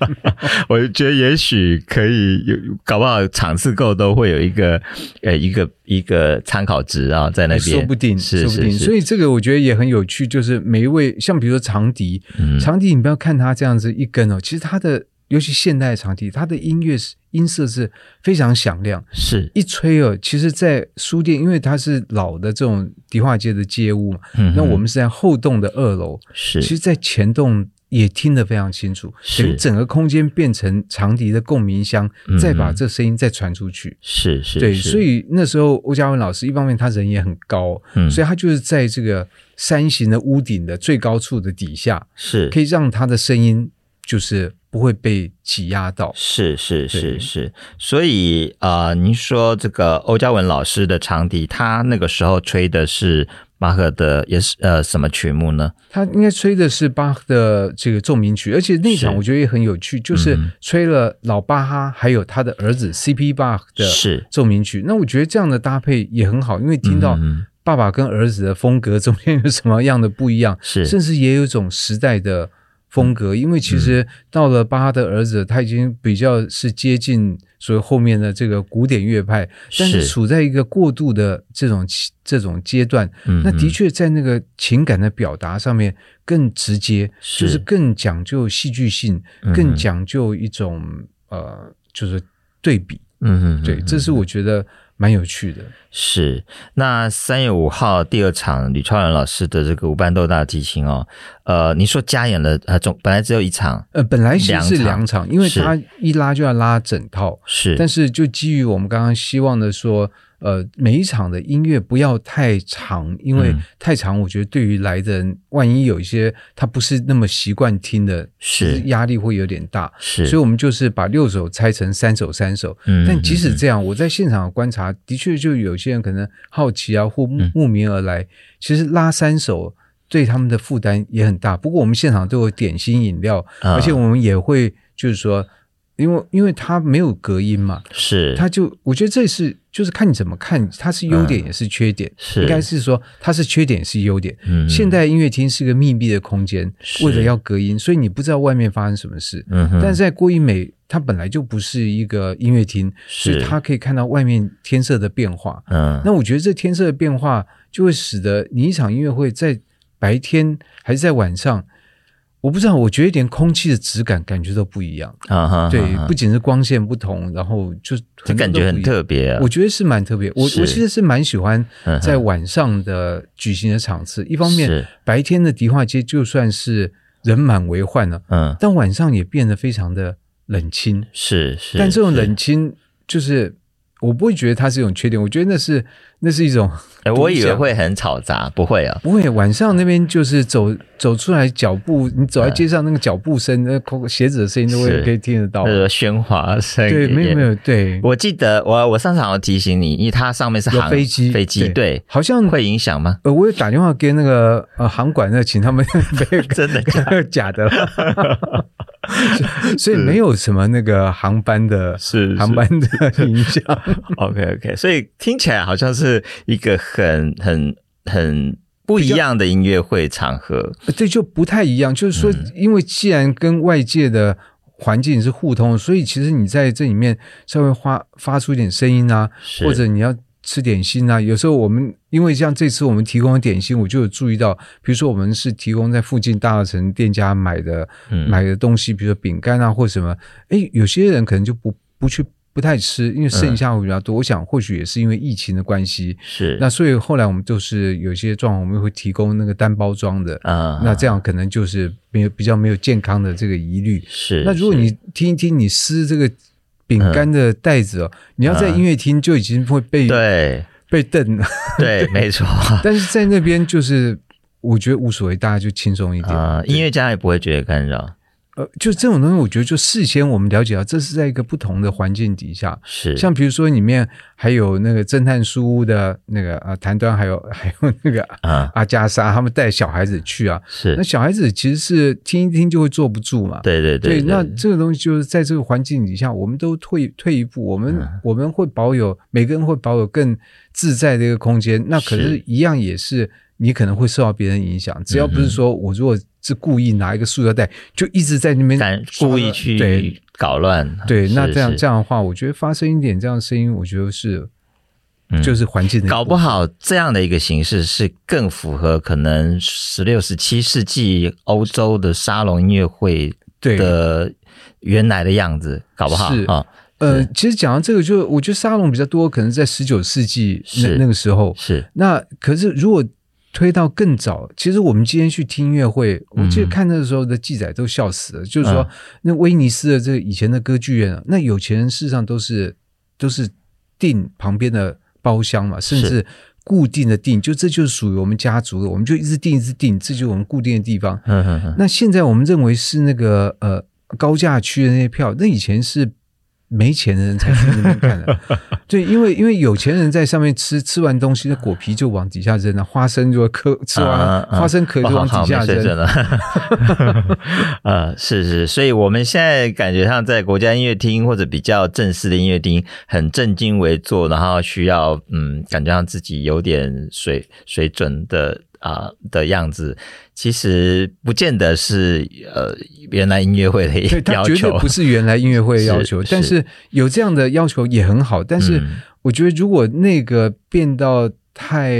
Speaker 4: 我就觉得也许可以有，搞不好场次够都会有一个呃一个一个参考值啊，在那边
Speaker 3: 哎说不定，
Speaker 4: 是
Speaker 3: 说不
Speaker 4: 是
Speaker 3: 定。
Speaker 4: 是，
Speaker 3: 所
Speaker 4: 以
Speaker 3: 以这个我觉得也很有趣，就是每一位，像比如说长笛，
Speaker 4: 嗯
Speaker 3: 长笛你不要看它这样子一根哦，其实它的尤其现代的长笛，它的音乐是音色是非常响亮。
Speaker 4: 是
Speaker 3: 一吹哦，其实，在书店，因为它是老的这种迪化街的街屋嘛，
Speaker 4: 嗯哼
Speaker 3: 那我们是在后栋的二楼，
Speaker 4: 是
Speaker 3: 其实，在前栋也听得非常清楚，
Speaker 4: 是
Speaker 3: 等于整个空间变成长笛的共鸣箱，
Speaker 4: 嗯
Speaker 3: 再把这声音再传出去。
Speaker 4: 是是，
Speaker 3: 对，
Speaker 4: 是
Speaker 3: 所以那时候欧嘉文老师，一方面他人也很高，
Speaker 4: 嗯
Speaker 3: 所以他就是在这个山形的屋顶的最高处的底下，
Speaker 4: 是
Speaker 3: 可以让他的声音就是不会被挤压到。
Speaker 4: 是是是
Speaker 3: 对
Speaker 4: 是，所以呃，您说这个欧嘉文老师的长笛，他那个时候吹的是巴赫的，也是呃什么曲目呢？
Speaker 3: 他应该吹的是巴赫的这个奏鸣曲，而且那场
Speaker 4: 是
Speaker 3: 我觉得也很有趣，就是
Speaker 4: 嗯
Speaker 3: 吹了老巴哈还有他的儿子 C.P. 巴赫的
Speaker 4: 是
Speaker 3: 奏鸣曲。那我觉得这样的搭配也很好，因为听到
Speaker 4: 嗯
Speaker 3: 爸爸跟儿子的风格中间有什么样的不一样，
Speaker 4: 是嗯
Speaker 3: 甚至也有一种时代的风格。因为其实到了巴哈的儿子，他已经比较是接近所谓后面的这个古典乐派，但是
Speaker 4: 是
Speaker 3: 处在一个过渡的这种期这种阶段，
Speaker 4: 嗯
Speaker 3: 那的
Speaker 4: 嗯
Speaker 3: 确在那个情感的表达上面更直接，
Speaker 4: 是
Speaker 3: 就是更讲究戏剧性，
Speaker 4: 嗯
Speaker 3: 更讲究一种呃，就是对比。
Speaker 4: 嗯嗯，
Speaker 3: 对，
Speaker 4: 嗯
Speaker 3: 这是我觉得蛮有趣的。
Speaker 4: 是那三月五号第二场吕超然老师的这个无伴奏大提琴哦，呃，您说加演了呃总本来只有一场
Speaker 3: 呃，本来其实是
Speaker 4: 两
Speaker 3: 两场，因为
Speaker 4: 是
Speaker 3: 他一拉就要拉整套，
Speaker 4: 是，
Speaker 3: 但
Speaker 4: 是
Speaker 3: 是就基于我们刚刚希望的说，呃，每一场的音乐不要太长，因为
Speaker 4: 嗯
Speaker 3: 太长，我觉得对于来的人，万一有一些他不是那么习惯听的，
Speaker 4: 是
Speaker 3: 其实压力会有点大。
Speaker 4: 是，
Speaker 3: 所以我们就是把六首拆成三首三首。
Speaker 4: 嗯
Speaker 3: 但即使
Speaker 4: 嗯
Speaker 3: 这样，我在现场观察，的确就有些人可能好奇啊，或慕
Speaker 4: 嗯
Speaker 3: 慕名而来。其实拉三首对他们的负担也很大。不过我们现场都有点心饮料，
Speaker 4: 啊
Speaker 3: 而且我们也会就是说，因为因为它没有隔音嘛，
Speaker 4: 啊是
Speaker 3: 它就我觉得这是就是看你怎么看，它是优点也是缺点，
Speaker 4: 是
Speaker 3: 应该是说它是缺点也是优点。
Speaker 4: 嗯嗯
Speaker 3: 现代音乐厅是个密闭的空间，
Speaker 4: 是
Speaker 3: 为了要隔音，所以你不知道外面发生什么事。
Speaker 4: 嗯哼
Speaker 3: 但是在郭一美，它本来就不是一个音乐厅，
Speaker 4: 是
Speaker 3: 所以它可以看到外面天色的变化。
Speaker 4: 嗯
Speaker 3: 那我觉得这天色的变化，就会使得你一场音乐会在白天还是在晚上，我不知道，我觉得连空气的质感感觉都不一样。
Speaker 4: 啊哈
Speaker 3: 对
Speaker 4: 啊哈，
Speaker 3: 不仅是光线不同，然后就
Speaker 4: 这
Speaker 3: 很多
Speaker 4: 感
Speaker 3: 都
Speaker 4: 觉
Speaker 3: 不
Speaker 4: 很
Speaker 3: 一样
Speaker 4: 特别啊
Speaker 3: 我，觉得是蛮特别，我我
Speaker 4: 是
Speaker 3: 其实是蛮喜欢
Speaker 4: 嗯哼
Speaker 3: 在晚上的举行的场次。一方面
Speaker 4: 是，
Speaker 3: 白天的迪化街就算是人满为患了，
Speaker 4: 嗯。
Speaker 3: 但晚上也变得非常的冷清。
Speaker 4: 是是，
Speaker 3: 但这种
Speaker 4: 是
Speaker 3: 冷，清，就是我不会觉得它是一种缺点，我觉得那是那是一种
Speaker 4: 哎，我以
Speaker 3: 独
Speaker 4: 为
Speaker 3: 享
Speaker 4: 会很吵杂，不会啊，
Speaker 3: 不会。晚上那边就是走走出来脚步，你走在
Speaker 4: 嗯
Speaker 3: 街上那个脚步声、那个鞋子的声音都
Speaker 4: 是
Speaker 3: 会可以听得到
Speaker 4: 那。个喧哗声也。
Speaker 3: 哦对，没有没有，对，
Speaker 4: 我记得我我上次好像提醒你，因为它上面是
Speaker 3: 有
Speaker 4: 航
Speaker 3: 飞机
Speaker 4: 飞机对，
Speaker 3: 好像
Speaker 4: 会影响吗？
Speaker 3: 呃，我有打电话给那个呃航管那，请他们 被
Speaker 4: 真的假
Speaker 3: 假 的啦，所以没有什么那个航班的
Speaker 4: 是
Speaker 3: 航 班的影响。
Speaker 4: OK OK，所以听起来好像是一个很很很不一样的音乐会场合，
Speaker 3: 呃对，就不太一样。就是说，
Speaker 4: 嗯
Speaker 3: 因为既然跟外界的环境是互通的，所以其实你在这里面稍微发发出一点声音啊，
Speaker 4: 是
Speaker 3: 或者你要吃点心啊。有时候我们因为像这次我们提供的点心，我就有注意到，比如说我们是提供在附近大稻城店家买的、
Speaker 4: 嗯
Speaker 3: 买的东西，比如说饼干啊或什么。诶，有些人可能就不不去不太吃，因为
Speaker 4: 嗯
Speaker 3: 剩下会比较多。我想或许也是因为疫情的关系。
Speaker 4: 是
Speaker 3: 那所以后来我们就是有一些状况，我们会提供那个单包装的，
Speaker 4: 啊，
Speaker 3: 那这样可能就是没有比较没有健康的这个疑虑。
Speaker 4: 是
Speaker 3: 那如果
Speaker 4: 是
Speaker 3: 你听一听，你撕这个饼干的袋子哦，你要在音乐厅就已经会被、
Speaker 4: 嗯对
Speaker 3: 被瞪 了，
Speaker 4: 对 没错
Speaker 3: 但是在那边就是我觉得无所谓，大家就轻松一点。
Speaker 4: 啊啊，音乐家也不会觉得干扰，
Speaker 3: 呃，就这种东西，我觉得就事先我们了解到，这是在一个不同的环境底下，
Speaker 4: 是
Speaker 3: 像比如说里面还有那个侦探书屋的那个呃谭端，还有 还有那个
Speaker 4: 啊，
Speaker 3: 阿加莎，他们带小孩子去啊，
Speaker 4: 是
Speaker 3: 那小孩子其实是听一听就会坐不住嘛，
Speaker 4: 对对
Speaker 3: 对，
Speaker 4: 对，
Speaker 3: 那这个东西就是在这个环境底下，我们都退退一步，我们、
Speaker 4: 嗯
Speaker 3: 我们会保有每个人会保有更自在的一个空间。那可是
Speaker 4: 是，
Speaker 3: 一样也是你可能会受到别人影响，只要不
Speaker 4: 嗯
Speaker 3: 是
Speaker 4: 哼
Speaker 3: 说我如果是故意拿一个塑料袋，就一直在那边
Speaker 4: 但
Speaker 3: 刷
Speaker 4: 故意
Speaker 3: 了对
Speaker 4: 去搞乱，
Speaker 3: 对，
Speaker 4: 是
Speaker 3: 那这样
Speaker 4: 是
Speaker 3: 这样的话，我觉得发生一点这样的声音，我觉得是
Speaker 4: 嗯
Speaker 3: 就是环境的一
Speaker 4: 搞
Speaker 3: 部
Speaker 4: 不
Speaker 3: 分
Speaker 4: 好这样的一个形式是更符合可能十六、十七世纪欧洲的沙龙音乐会
Speaker 3: 对
Speaker 4: 的原来的样子，搞不好
Speaker 3: 是
Speaker 4: 啊、
Speaker 3: 呃
Speaker 4: 是，
Speaker 3: 其实讲到这个就，我觉得沙龙比较多，可能在十九世纪
Speaker 4: 是
Speaker 3: 那那个时候，
Speaker 4: 是
Speaker 3: 那可是如果推到更早，其实我们今天去听音乐会，我记得看那时候的记载都笑死了。就是说
Speaker 4: 嗯，
Speaker 3: 那威尼斯的这个以前的歌剧院啊，那有钱人事实上都是都是订旁边的包厢嘛，甚至固定的订，就这就是属于我们家族的，我们就一直订一直订，这就是我们固定的地方。
Speaker 4: 嗯嗯嗯
Speaker 3: 那现在我们认为是那个呃高价区的那些票，那以前是没钱的人才去那边看 的，对，因为因为有钱人在上面吃，吃完东西那果皮就往底下扔了，花生就嗑吃完、
Speaker 4: 啊啊
Speaker 3: 花生壳就
Speaker 4: 哦
Speaker 3: 往
Speaker 4: 好好
Speaker 3: 底下
Speaker 4: 没水
Speaker 3: 扔，
Speaker 4: 准了， 呃，是是，所以我们现在感觉上在国家音乐厅或者比较正式的音乐厅，很正襟危坐，然后需要嗯，感觉上自己有点水水准的啊、的样子，其实不见得是呃原来音乐会的
Speaker 3: 对，
Speaker 4: 要
Speaker 3: 它绝对
Speaker 4: 求，
Speaker 3: 不是原来音乐会的要求，
Speaker 4: 是
Speaker 3: 但
Speaker 4: 是
Speaker 3: 是有这样的要求也很好。但是
Speaker 4: 嗯
Speaker 3: 我觉得，如果那个变到太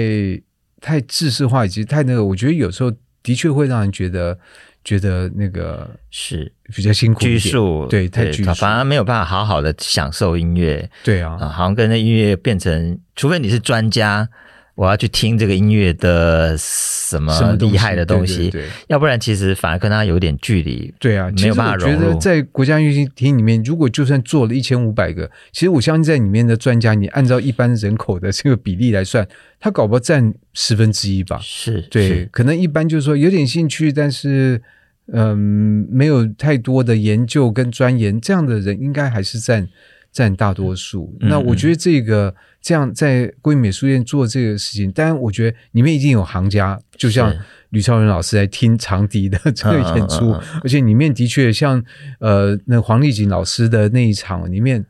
Speaker 3: 太制式化以及太那个，我觉得有时候的确会让人觉得觉得那个
Speaker 4: 是
Speaker 3: 比较辛苦一
Speaker 4: 拘
Speaker 3: 点，
Speaker 4: 束，
Speaker 3: 对，太拘束，
Speaker 4: 反而没有办法好好的享受音乐。
Speaker 3: 对
Speaker 4: 啊，
Speaker 3: 啊，
Speaker 4: 好像跟那音乐变成，除非你是专家，我要去听这个音乐的什
Speaker 3: 什
Speaker 4: 么
Speaker 3: 么
Speaker 4: 呃厉害的东
Speaker 3: 西，
Speaker 4: 西，
Speaker 3: 对对对
Speaker 4: 要不然其实反而跟他有点距离。
Speaker 3: 对啊，其
Speaker 4: 没有
Speaker 3: 实
Speaker 4: 办法
Speaker 3: 我觉
Speaker 4: 融
Speaker 3: 得
Speaker 4: 入
Speaker 3: 在国家音乐厅里面，如果就算做了一千五百个，其实我相信在里面的专家，你按照一般人口的这个比例来算，他搞不好占十分之一吧。
Speaker 4: 是，
Speaker 3: 对，
Speaker 4: 是
Speaker 3: 可能一般就是说有点兴趣，但是嗯，没有太多的研究跟钻研，这样的人应该还是占占大多数。
Speaker 4: 嗯
Speaker 3: 那我觉得这个这样在国美术院做这个事情，当然我觉得里面一定有行家，就像
Speaker 4: 是
Speaker 3: 吕超仁老师来听长笛的这个演出，
Speaker 4: 嗯嗯嗯
Speaker 3: 而且里面的确像呃那黄丽锦老师的那一场里面。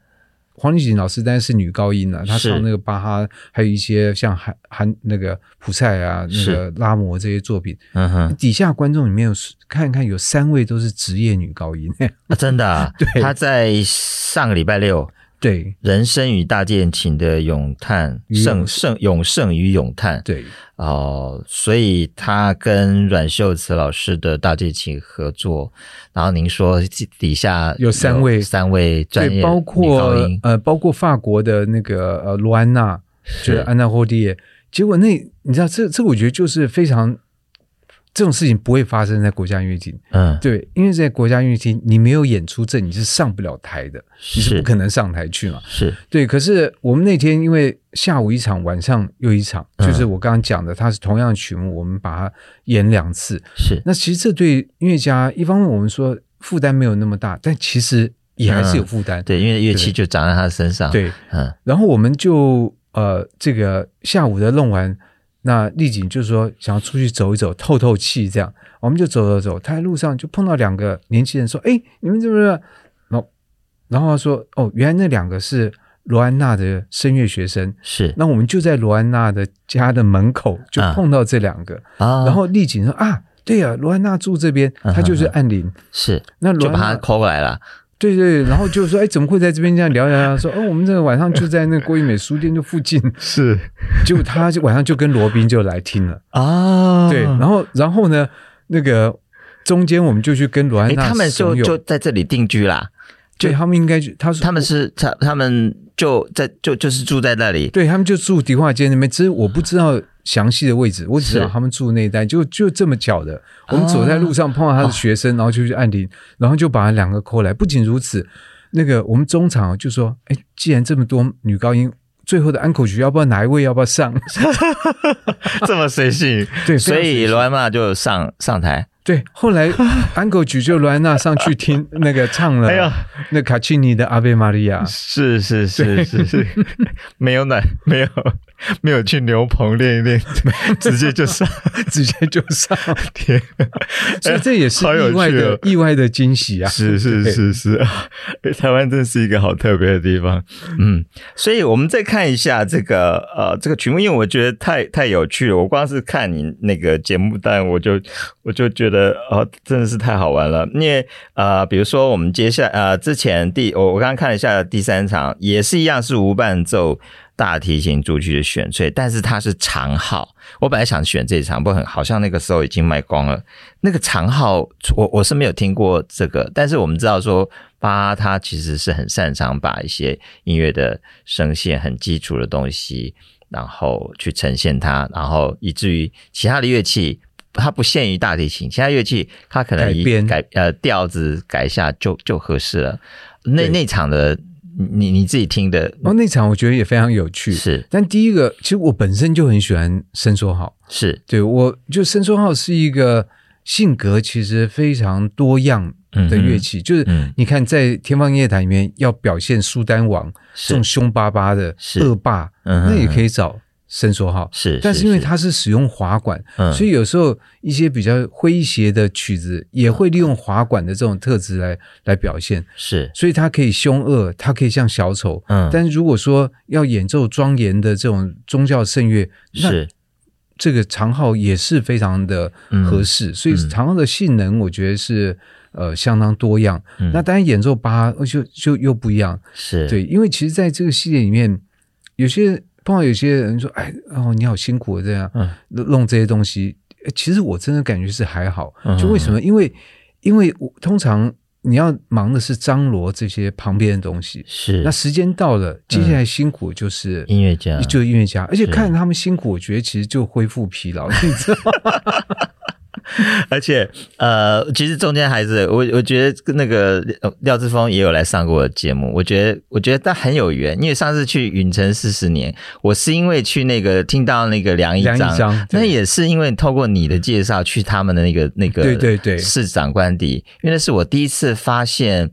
Speaker 3: 黄丽锦老师当然是女高音了、她
Speaker 4: 是
Speaker 3: 唱那个巴哈，还有一些像韩韩那个普赛啊、那
Speaker 4: 是
Speaker 3: 个拉摩这些作品，
Speaker 4: 嗯哼，
Speaker 3: 底下观众里面有看看有三位都是职业女高音，
Speaker 4: 啊真的、啊，他在上个礼拜六，《
Speaker 3: 对
Speaker 4: 人生与大键琴》的咏叹，
Speaker 3: 与
Speaker 4: 圣
Speaker 3: 咏
Speaker 4: 圣咏圣与咏叹，
Speaker 3: 对
Speaker 4: 哦，所以他跟阮秀慈老师的大键琴合作，然后您说底下
Speaker 3: 有三位
Speaker 4: 三位专
Speaker 3: 对，
Speaker 4: 业
Speaker 3: 包
Speaker 4: 女
Speaker 3: 括
Speaker 4: 高音
Speaker 3: 呃包括法国的那个呃罗安娜，就是安娜霍蒂耶，结果那你知道这这我觉得就是非常这种事情不会发生在国家音乐厅，
Speaker 4: 嗯，
Speaker 3: 对，因为在国家音乐厅你没有演出证你是上不了台的，你是
Speaker 4: 是
Speaker 3: 不可能上台去嘛，
Speaker 4: 是
Speaker 3: 对，可是我们那天因为下午一场，晚上又一场，
Speaker 4: 嗯
Speaker 3: 就是我刚刚讲的，它是同样的曲目，我们把它演两次。
Speaker 4: 是
Speaker 3: 那其实这对音乐家，一方面我们说负担没有那么大，但其实也还是有负担。
Speaker 4: 嗯对，因为乐器
Speaker 3: 对
Speaker 4: 就长在他身上。，
Speaker 3: 对，
Speaker 4: 嗯，
Speaker 3: 然后我们就呃，这个下午的弄完，那丽景就说想要出去走一走，透透气，这样，我们就走走走。他在路上就碰到两个年轻人，说：“哎，你们怎么了？”然后，然后他说：“哦，原来那两个是罗安娜的声乐学生。”
Speaker 4: 是
Speaker 3: 那我们就在罗安娜的家的门口就碰到这两个，
Speaker 4: 啊，
Speaker 3: 然后丽景说啊，对呀、罗安娜住这边，
Speaker 4: 嗯
Speaker 3: 她就是按铃。
Speaker 4: 是
Speaker 3: 那罗
Speaker 4: 就把
Speaker 3: 安
Speaker 4: 他
Speaker 3: 娜
Speaker 4: 抠过来了。
Speaker 3: 对对，然后就说哎，怎么会在这边这样聊聊聊？说哦，我们这个晚上就在那个郭一美书店就附近，
Speaker 4: 是
Speaker 3: 结果他就晚上就跟罗宾就来听了，
Speaker 4: 啊，
Speaker 3: 对，然后然后呢，那个中间我们就去跟罗安
Speaker 4: 哎，
Speaker 3: 娜
Speaker 4: 他们就
Speaker 3: 怂恿
Speaker 4: 就在这里定居啦。
Speaker 3: 对他们应该就他说
Speaker 4: 他们是他他们就在就就是住在 那里。
Speaker 3: 对他们就住迪化街那边，只是我不知道详细的位置，我只知道
Speaker 4: 是啊
Speaker 3: 他们住那一带，就就这么巧的，我们走在路上碰到他的学生，然后就去按铃，然后就把两个扣来。不仅如此，那个我们中场就说，哎，既然这么多女高音。最后的安口曲，要不要哪一位要不要上？
Speaker 4: 这么随性，
Speaker 3: 对，非常
Speaker 4: 所
Speaker 3: 随
Speaker 4: 以
Speaker 3: 性
Speaker 4: 罗安玛就上上台。
Speaker 3: 对，后来 Uncle 举就罗安娜上去听那个唱了，
Speaker 4: 哎呀
Speaker 3: 那卡奇尼的《阿贝玛利亚》，
Speaker 4: 是是是 是是，没有奶，没有没有去牛棚练一练，直接 就上
Speaker 3: 直接就上，
Speaker 4: 天，
Speaker 3: 所以这也是
Speaker 4: 好有
Speaker 3: 意外
Speaker 4: 趣
Speaker 3: 的、
Speaker 4: 哦
Speaker 3: 意外的惊喜啊！
Speaker 4: 是是
Speaker 3: 对
Speaker 4: 是是， 台湾真是一个好特别的地方。嗯，所以我们再看一下这个呃这个曲目，因为我觉得太太有趣了。我光是看你那个节目单，我就我就觉得哦，真的是太好玩了。因为呃，比如说我们接下呃之前第我我刚刚看了一下第三场，也是一样是无伴奏。大提琴组曲的选粹，但是它是长号。我本来想选这一场，不过很好像那个时候已经卖光了。那个长号，我我是没有听过这个，但是我们知道说巴哈他其实是很擅长把一些音乐的声线很基础的东西，然后去呈现它，然后以至于其他的乐器，它不限于大提琴，其他乐器它可能
Speaker 3: 改
Speaker 4: 一
Speaker 3: 编
Speaker 4: 改呃调子改一下就就合适了。那
Speaker 3: 对
Speaker 4: 那场的你你自己听的
Speaker 3: 然后那场我觉得也非常有趣。
Speaker 4: 是
Speaker 3: 但第一个，其实我本身就很喜欢伸缩号，
Speaker 4: 是
Speaker 3: 对我就申松浩是一个性格其实非常多样的乐器，就是
Speaker 4: 嗯
Speaker 3: 你看在《天方夜谭》里面要表现苏丹王这
Speaker 4: 是
Speaker 3: 种凶巴巴的
Speaker 4: 是
Speaker 3: 恶霸，
Speaker 4: 嗯哼
Speaker 3: 那也可以找申松浩。
Speaker 4: 是，
Speaker 3: 但是因为它是使用滑管，
Speaker 4: 嗯
Speaker 3: 所以有时候一些比较诙谐的曲子也会利用滑管的这种特质来来表现，
Speaker 4: 是
Speaker 3: 所以它可以凶恶，它可以像小丑。
Speaker 4: 嗯
Speaker 3: 但是如果说要演奏庄严的这种宗教圣乐，那
Speaker 4: 是
Speaker 3: 这个长号也是非常的
Speaker 4: 嗯
Speaker 3: 合适，所以长号的性能我觉得是呃相当多样。
Speaker 4: 嗯
Speaker 3: 那当然演奏八呃就就又不一样，
Speaker 4: 是
Speaker 3: 对，因为其实在这个系列里面，有些碰到有些人说，哎哦你好辛苦啊这样
Speaker 4: 嗯
Speaker 3: 弄弄这些东西，呃其实我真的感觉是还好
Speaker 4: 嗯，
Speaker 3: 就为什么？因为因为我通常你要忙的是张罗这些旁边的东西，
Speaker 4: 是嗯
Speaker 3: 那时间到了，接下来辛苦就是
Speaker 4: 音乐家
Speaker 3: 就是音乐家，而且看他们辛苦，我觉得其实就恢复疲劳，你知道吗？
Speaker 4: 而且呃，其实中间还是我我觉得那个呃廖志峰也有来上过我的节目，我觉得我觉得他很有缘，因为上次去云城四十年，我是因为去那个听到那个梁一
Speaker 3: 梁一
Speaker 4: 章，
Speaker 3: 章，
Speaker 4: 那
Speaker 3: 对
Speaker 4: 也是因为透过你的介绍去他们的那个那个
Speaker 3: 对对对
Speaker 4: 市长官邸，因为那是我第一次发现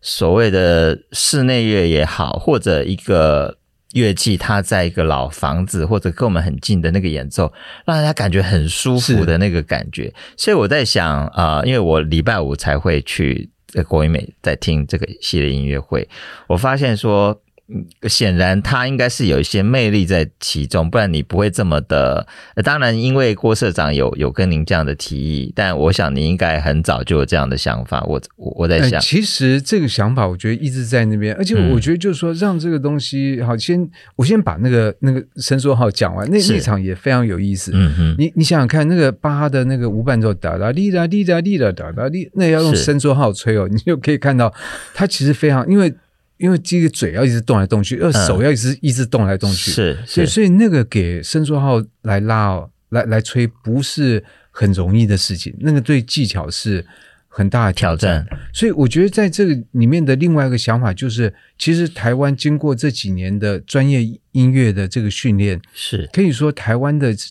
Speaker 4: 所谓的室内乐也好，或者一个乐器，它在一个老房子或者跟我们很近的那个演奏，让人家感觉很舒服
Speaker 3: 是
Speaker 4: 的那个感觉。所以我在想啊、呃因为我礼拜五才会去呃国美在听这个系列音乐会，我发现说。嗯显然，它应该是有一些魅力在其中，不然你不会这么的。呃当然，因为郭社长有有跟您这样的提议，但我想您应该很早就有这样的想法。我我 我在
Speaker 3: 呃
Speaker 4: 想，
Speaker 3: 其实这个想法我觉得一直在那边，而且
Speaker 4: 嗯
Speaker 3: 我觉得就是说，让这个东西好，先我先把那个那个伸缩号讲完，那
Speaker 4: 是
Speaker 3: 那场也非常有意思。
Speaker 4: 嗯哼，
Speaker 3: 你你想想看，那个巴哈的那个无伴奏哒哒滴哒滴哒滴哒哒哒滴，那要用
Speaker 4: 是
Speaker 3: 伸缩号吹哦，你就可以看到它其实非常，因为因为这个嘴要一直动来动去，而
Speaker 4: 嗯
Speaker 3: 手要一直一直动来动去，
Speaker 4: 是
Speaker 3: 所以
Speaker 4: 是
Speaker 3: 所以那个给伸缩号来拉哦，来来吹不是很容易的事情，那个对技巧是很大的
Speaker 4: 挑
Speaker 3: 挑战。
Speaker 4: 战，
Speaker 3: 所以我觉得在这个里面的另外一个想法就是，其实台湾经过这几年的专业音乐的这个训练，
Speaker 4: 是
Speaker 3: 可以说台湾的这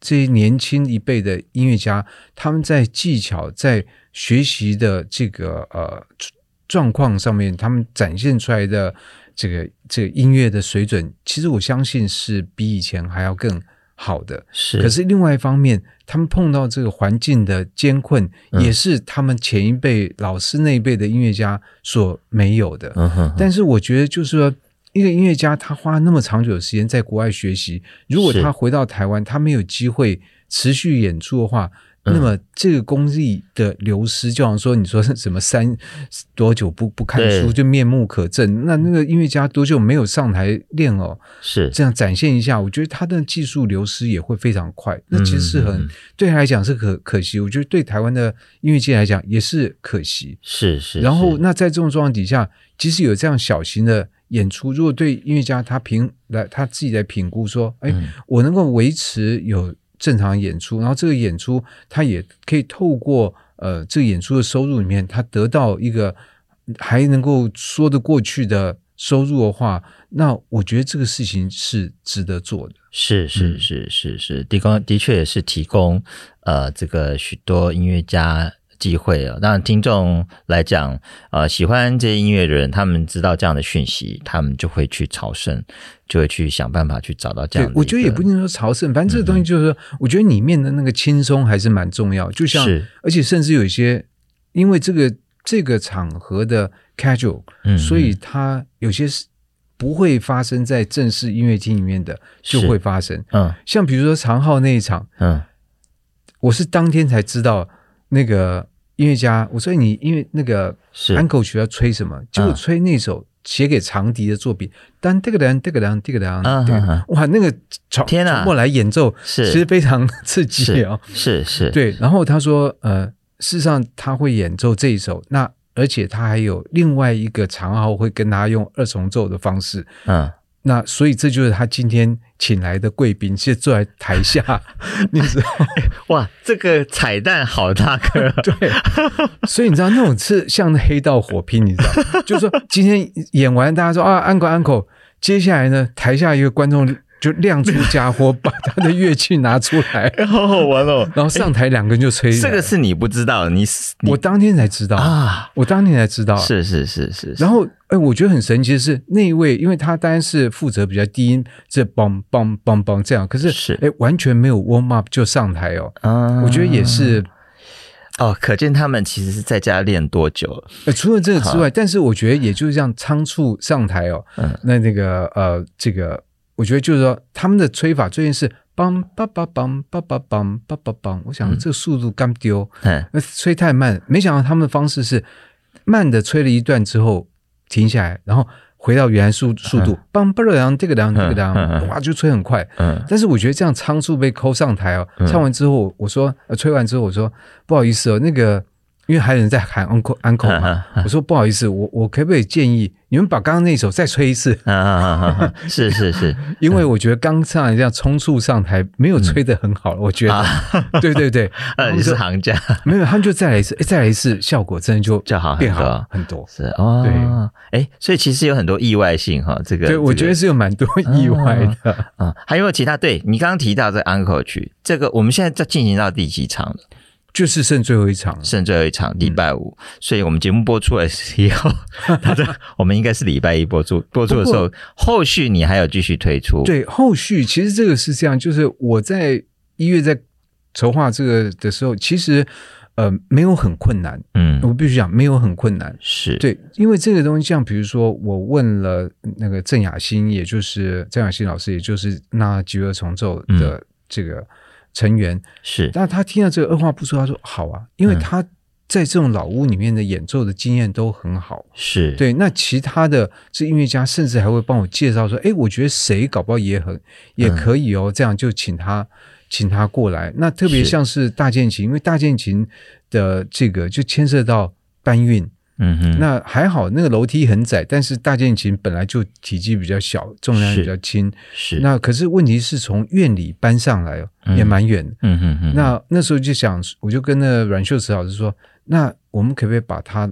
Speaker 3: 这些年轻一辈的音乐家，他们在技巧、在学习的这个呃状状况上面，他们展现出来的这个这个音乐的水准，其实我相信是比以前还要更好的。
Speaker 4: 是，
Speaker 3: 可是另外一方面，他们碰到这个环境的艰困，
Speaker 4: 嗯
Speaker 3: 也是他们前一辈老师那一辈的音乐家所没有的。
Speaker 4: 嗯哼，
Speaker 3: 但是我觉得就是说，一个音乐家他花那么长久的时间在国外学习，如果
Speaker 4: 是
Speaker 3: 他回到台湾，他没有机会持续演出的话。
Speaker 4: 嗯
Speaker 3: 那么这个功力的流失，就好像说你说是什么三多久不不看
Speaker 4: 对
Speaker 3: 书就面目可憎，那那个音乐家多久没有上台练哦？
Speaker 4: 是
Speaker 3: 这样展现一下，我觉得他的技术流失也会非常快。那其实是很、
Speaker 4: 嗯
Speaker 3: 对他来讲是可可惜，我觉得对台湾的音乐界来讲也是可惜。
Speaker 4: 是是，
Speaker 3: 然后，
Speaker 4: 是
Speaker 3: 那在这种状况底下，即使有这样小型的演出，如果对音乐家他评来他自己来评估说，哎，
Speaker 4: 嗯
Speaker 3: 我能够维持有正常演出，然后这个演出他也可以透过呃这个演出的收入里面，他得到一个还能够说得过去的收入的话，那我觉得这个事情是值得做的。
Speaker 4: 是是
Speaker 3: 嗯
Speaker 4: 是是是，提供的确也是提供呃这个许多音乐家机会哦。当然，听众来讲，呃，喜欢这些音乐的人，他们知道这样的讯息，他们就会去朝圣，就会去想办法去找到这样
Speaker 3: 对
Speaker 4: 的一，个。嗯
Speaker 3: 我觉得也不一定说朝圣，反正这个东西就是说，我觉得里面的那个轻松还是蛮重要。就像，
Speaker 4: 是
Speaker 3: 而且甚至有一些，因为这个这个场合的 casual，、
Speaker 4: 嗯
Speaker 3: 所以它有些是不会发生在正式音乐厅里面的，
Speaker 4: 是
Speaker 3: 就会发生。
Speaker 4: 嗯
Speaker 3: 像比如说长浩那一场，
Speaker 4: 嗯
Speaker 3: 我是当天才知道那个音乐家，我说哎你因为那个
Speaker 4: 是啊
Speaker 3: uncle 曲要吹什么，结果吹那首写给长笛的作品，当这个人这个人这个人，
Speaker 4: 啊
Speaker 3: 这个
Speaker 4: 哈哈
Speaker 3: 人哇，那个传
Speaker 4: 天啊
Speaker 3: 传过来演奏，
Speaker 4: 是
Speaker 3: 其实非常刺激
Speaker 4: 是
Speaker 3: 哦。
Speaker 4: 是是，
Speaker 3: 对，然后他说，呃，事实上他会演奏这一首，那而且他还有另外一个长号会跟他用二重奏的方式，
Speaker 4: 嗯
Speaker 3: 那所以这就是他今天请来的贵宾，是坐在台 下，你知道。
Speaker 4: 哇，这个彩蛋好大个，
Speaker 3: 对，所以你知道那种是像黑道火拼，你知道，就是说今天演完，大家说啊，uncle uncle，接下来呢，台下一个观众就亮出家伙，把他的乐器拿出来，
Speaker 4: 好好玩 哦。
Speaker 3: 然后上台两个人就吹起来
Speaker 4: 这
Speaker 3: 了。
Speaker 4: 个是你不知道，你是你
Speaker 3: 我当天才知道，
Speaker 4: 啊，
Speaker 3: 我当天才知道。，
Speaker 4: 是是是是，
Speaker 3: 然后哎，我觉得很神奇的是那一位，因为他当然是负责比较低音，这梆梆梆梆这样，可是
Speaker 4: 是
Speaker 3: 哎，完全没有 warm up 就上台哦，
Speaker 4: 啊
Speaker 3: 我觉得也是。
Speaker 4: 哦，可见他们其实是在家练多久 了。
Speaker 3: 呃，除了这个之外，但是我觉得也就是像仓促上台哦，
Speaker 4: 嗯
Speaker 3: 那那个呃，这个我觉得就是说他们的吹法最近是梆梆梆梆梆梆梆梆梆梆，我想这个速度刚丢，
Speaker 4: 嗯，
Speaker 3: 呃，吹太慢，没想到他们的方式是慢的吹了一段之后停下来，然后回到原来速速度，梆梆然这个然这个
Speaker 4: 嗯嗯嗯
Speaker 3: 然，哇，就吹很快，
Speaker 4: 嗯，
Speaker 3: 但是我觉得这样仓促被抠上台哦
Speaker 4: 嗯，
Speaker 3: 唱完之后我说，呃，吹完之后我说不好意思哦，那个因为还有人在喊 uncle uncle
Speaker 4: 嗯
Speaker 3: 嘛，我说不好意思，我我可不可以建议你们把刚刚那首再吹一次？
Speaker 4: 啊 啊，是是是，
Speaker 3: 因为我觉得刚上来这样冲促上台没有吹得很好，我觉
Speaker 4: 嗯啊
Speaker 3: 得，对对对，
Speaker 4: 呃，你是行家，
Speaker 3: 没有他们就再来一次，哎，再来一次，效果真的就
Speaker 4: 就好很
Speaker 3: 变
Speaker 4: 多
Speaker 3: 好很多。
Speaker 4: 是哦，哎，所以其实有很多意外性哈，这个
Speaker 3: 对，我觉得。是有蛮多意外的。
Speaker 4: 啊、还有没有其他？对你刚刚提到这 uncle 曲，这个我们现在在进行到第几场了？
Speaker 3: 就是剩最后一场，
Speaker 4: 剩最后一场，礼拜五。所以我们节目播出了以 后，它的我们应该是礼拜一播出。播出的时候，后续你还有继续推出。，
Speaker 3: 对，后续其实这个是这样，就是我在一月在筹划这个的时候，其实呃没有很困难，
Speaker 4: 嗯，
Speaker 3: 我必须讲没有很困难。
Speaker 4: 是，，
Speaker 3: 对，因为这个东西，像比如说，我问了那个郑雅欣，也就是郑雅欣老师，也就是那吉尔重奏
Speaker 4: 嗯
Speaker 3: 的这个成员，
Speaker 4: 是，
Speaker 3: 那他听到这个二话不说，他说好啊，因为
Speaker 4: 嗯
Speaker 3: 他在这种老屋里面的演奏的经验都很好。
Speaker 4: 是，，
Speaker 3: 对，那其他的这音乐家甚至还会帮我介绍说，哎，我觉得谁搞不好也很也可以哦，这样就请他请他过来。那特别
Speaker 4: 是
Speaker 3: 像是大键琴，因为大键琴的这个就牵涉到搬运，
Speaker 4: 嗯哼，
Speaker 3: 那还好那个楼梯很窄，但是大键琴本来就体积比较小，重量
Speaker 4: 是
Speaker 3: 比较轻。
Speaker 4: 是，
Speaker 3: 那可是问题是从院里搬上来哦，
Speaker 4: 嗯
Speaker 3: 也蛮远的。
Speaker 4: 嗯哼哼，
Speaker 3: 那那时候就想，我就跟那阮秀慈老师说，那我们可不可以把它，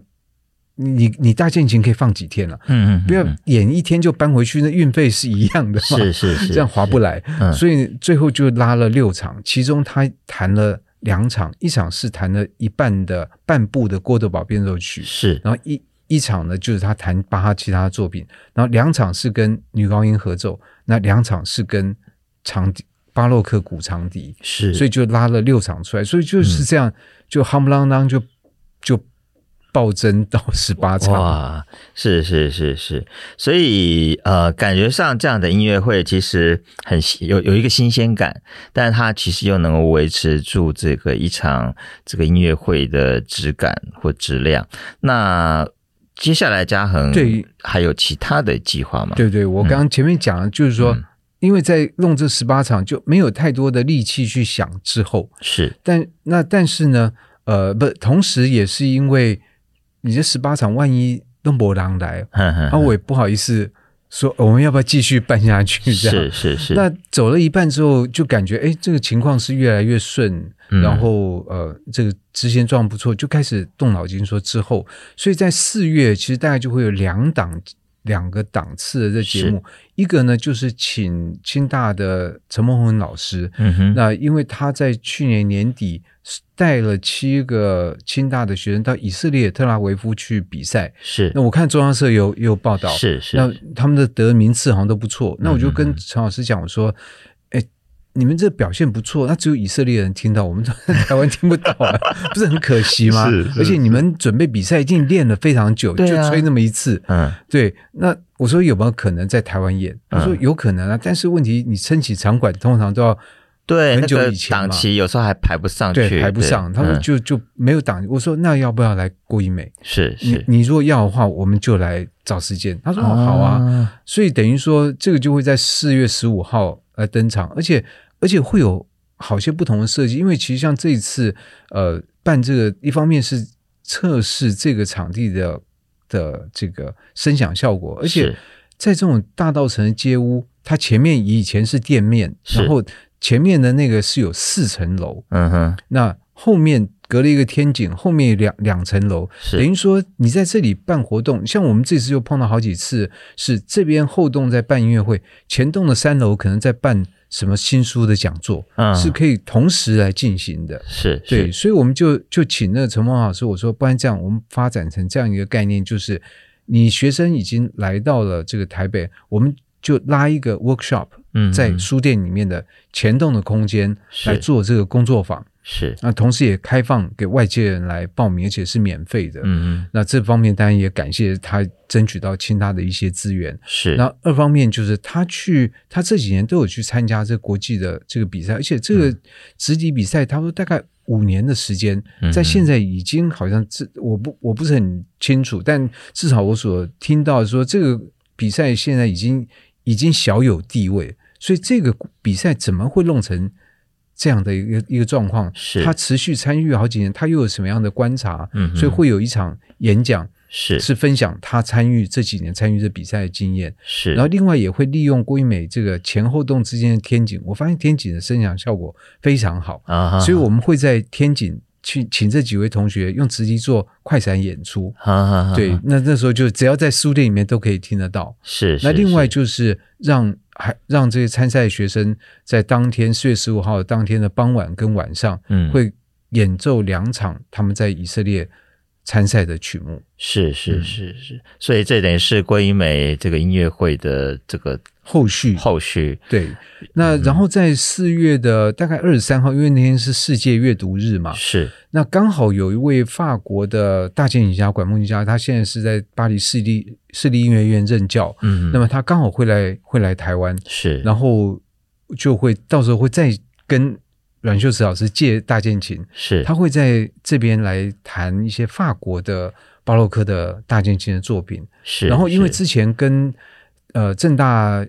Speaker 3: 你你你大键琴可以放几天了、啊
Speaker 4: 嗯嗯，
Speaker 3: 不要
Speaker 4: 嗯
Speaker 3: 演一天就搬回去，那运费是一样的嘛，
Speaker 4: 是是是，
Speaker 3: 这样划不来。
Speaker 4: 嗯
Speaker 3: 所以最后就拉了六场，其中他弹了两场，一场是弹了一半的半部的郭德堡变奏曲，
Speaker 4: 是
Speaker 3: 然后一一场呢就是他弹巴哈其他作品，然后两场是跟女高音合奏，那两场是跟长笛巴洛克古长笛，
Speaker 4: 是，嗯
Speaker 3: 所以
Speaker 4: 以
Speaker 3: 就拉了六场出来，所以就是这样，就夯不啷当就就暴增 到十八场。
Speaker 4: 哇，是是是是，所以呃，感觉上这样的音乐会其实很新有有一个新鲜感，但它其实又能够维持住这个一场这个音乐会的质感或质量。那接下来嘉恒
Speaker 3: 对
Speaker 4: 还有其他的计划吗？
Speaker 3: 对对，我刚刚前面讲的就是说，
Speaker 4: 嗯
Speaker 3: 因为在弄这十八场就没有太多的力气去想之后，
Speaker 4: 是，
Speaker 3: 但那但是呢，呃，不，同时也是因为你这十八场万一弄博狼来，
Speaker 4: 哼哼
Speaker 3: 啊， 我也不好意思说呃我们要不要继续办下去这样。
Speaker 4: 是是是，
Speaker 3: 那走了一半之后，就感觉哎，这个情况是越来越顺，
Speaker 4: 嗯
Speaker 3: 然后呃，这个之前状况不错，就开始动脑筋说之后，所以在四月其实大概就会有两档两个档次的这节目，一个呢就是请清大的陈梦红老师，
Speaker 4: 嗯哼，
Speaker 3: 那因为他在去年年底带了七个清大的学生到以色列特拉维夫去比赛，
Speaker 4: 是
Speaker 3: 那我看中央社有也有报道，
Speaker 4: 是是，
Speaker 3: 那他们的得名次好像都不错，那我就
Speaker 4: 嗯
Speaker 3: 跟
Speaker 4: 嗯嗯
Speaker 3: 陈老师讲，我说。哎，你们这表现不错，那只有以色列人听到，我们 台湾听不到 啊，不是很可惜吗？
Speaker 4: 是是
Speaker 3: 而且你们准备比赛已经练了非常久，就
Speaker 4: 对啊
Speaker 3: 吹那么一次，
Speaker 4: 嗯
Speaker 3: 对，那我说有没有可能在台湾演？他说
Speaker 4: 嗯
Speaker 3: 有可能啊，但是问题你撑起场馆通常都要
Speaker 4: 对，
Speaker 3: 很
Speaker 4: 那
Speaker 3: 久
Speaker 4: 个
Speaker 3: 以前嘛
Speaker 4: 档期有时候还排不上去，嗯
Speaker 3: 对排不上，他说
Speaker 4: 们
Speaker 3: 就就没有档。我说那要不要来郭一美？
Speaker 4: 是
Speaker 3: 你
Speaker 4: 是
Speaker 3: 你如果要的话，我们就来找时间。他说哦好啊，
Speaker 4: 啊，
Speaker 3: 所以等于说这个就会在四月十五号来登场，而且而且会有好些不同的设计，因为其实像这一次呃办这个，一方面是测试这个场地的的这个声响效果，而且
Speaker 4: 是
Speaker 3: 在这种大道城的街屋，它前面以前是店面，
Speaker 4: 是
Speaker 3: 然后前面的那个是有四层楼，
Speaker 4: 嗯哼，
Speaker 3: 那后面隔了一个天井，后面有两两层楼，
Speaker 4: 是
Speaker 3: 等于说你在这里办活动，像我们这次就碰到好几次，是这边后栋在办音乐会，前栋的三楼可能在办什么新书的讲座，
Speaker 4: 嗯
Speaker 3: 是可以同时来进行的。
Speaker 4: 是
Speaker 3: 对，
Speaker 4: 是
Speaker 3: 所以我们就就请那个陈梦老师，我说，不然这样，我们发展成这样一个概念，就是你学生已经来到了这个台北，我们就拉一个 workshop，
Speaker 4: 嗯
Speaker 3: 在
Speaker 4: 嗯
Speaker 3: 书店里面的前栋的空间
Speaker 4: 是
Speaker 3: 来做这个工作坊，
Speaker 4: 是，
Speaker 3: 那同时也开放给外界人来报名，而且是免费的。
Speaker 4: 嗯嗯
Speaker 3: 那这方面当然也感谢他争取到清大的一些资源。
Speaker 4: 是，
Speaker 3: 那二方面就是他去，他这几年都有去参加这国际的这个比赛，而且这个直级比赛，他说大概五年的时间，
Speaker 4: 嗯
Speaker 3: 在现在已经好像这我不我不是很清楚，但至少我所听到说这个比赛现在已经已经小有地位，所以这个比赛怎么会弄成这样的一个一个状况？
Speaker 4: 是
Speaker 3: 他持续参与好几年，他又有什么样的观察？
Speaker 4: 嗯哼
Speaker 3: 所以会有一场演讲。
Speaker 4: 是
Speaker 3: 是分享他参与这几年参与这比赛的经验，
Speaker 4: 是，
Speaker 3: 然后另外也会利用郭一美这个前后洞之间的天井，我发现天井的声响效果非常好，
Speaker 4: 啊哈，
Speaker 3: 所以我们会在天井去请这几位同学用直击做快闪演出。
Speaker 4: 哈哈哈
Speaker 3: 对，那那时候就只要在书店里面都可以听得到。
Speaker 4: 是，
Speaker 3: 那
Speaker 4: 是
Speaker 3: 另外
Speaker 4: 是
Speaker 3: 就是让还让这些参赛学生在当天四月十五号当天的傍晚跟晚上
Speaker 4: 嗯
Speaker 3: 会演奏两场他们在以色列参赛的曲目。
Speaker 4: 是是
Speaker 3: 嗯
Speaker 4: 是是，所以这等于是郭一美这个音乐会的这个
Speaker 3: 后续
Speaker 4: 后续，
Speaker 3: 对，
Speaker 4: 嗯
Speaker 3: 那然后在四月的大概二十三号，因为那天是世界阅读日嘛，
Speaker 4: 是
Speaker 3: 那刚好有一位法国的大键琴家、管风琴家，他现在是在巴黎市立市立音乐院任教，
Speaker 4: 嗯，
Speaker 3: 那么他刚好会来会来台湾，
Speaker 4: 是，
Speaker 3: 然后就会到时候会再跟阮秀慈老师借大键琴，
Speaker 4: 是
Speaker 3: 他会在这边来弹一些法国的巴洛克的大键琴的作品，
Speaker 4: 是，
Speaker 3: 然后因为
Speaker 4: 是
Speaker 3: 之前跟呃正大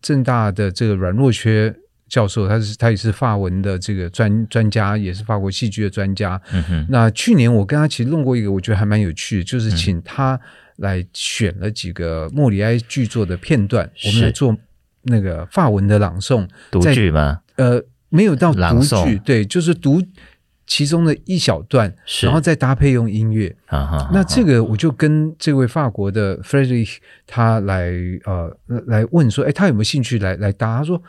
Speaker 3: 正大的这个阮若缺教授，他是他也是法文的这个专专家，也是法国戏剧的专家。
Speaker 4: 嗯哼
Speaker 3: 那去年我跟他其实弄过一个，我觉得还蛮有趣的，就是请他来选了几个莫里埃剧作的片段，我们
Speaker 4: 是
Speaker 3: 来做那个法文的朗诵。
Speaker 4: 独
Speaker 3: 在
Speaker 4: 剧吗？
Speaker 3: 呃，没有到
Speaker 4: 朗
Speaker 3: 读剧
Speaker 4: 诵，
Speaker 3: 对，就是读其中的一小段，
Speaker 4: 是，
Speaker 3: 然后再搭配用音乐。
Speaker 4: 啊哈，
Speaker 3: 那
Speaker 4: 啊
Speaker 3: 这
Speaker 4: 哈
Speaker 3: 个我就跟这位法国的 Frederick 他来呃来问说，哎，他有没有兴趣来来搭？他说，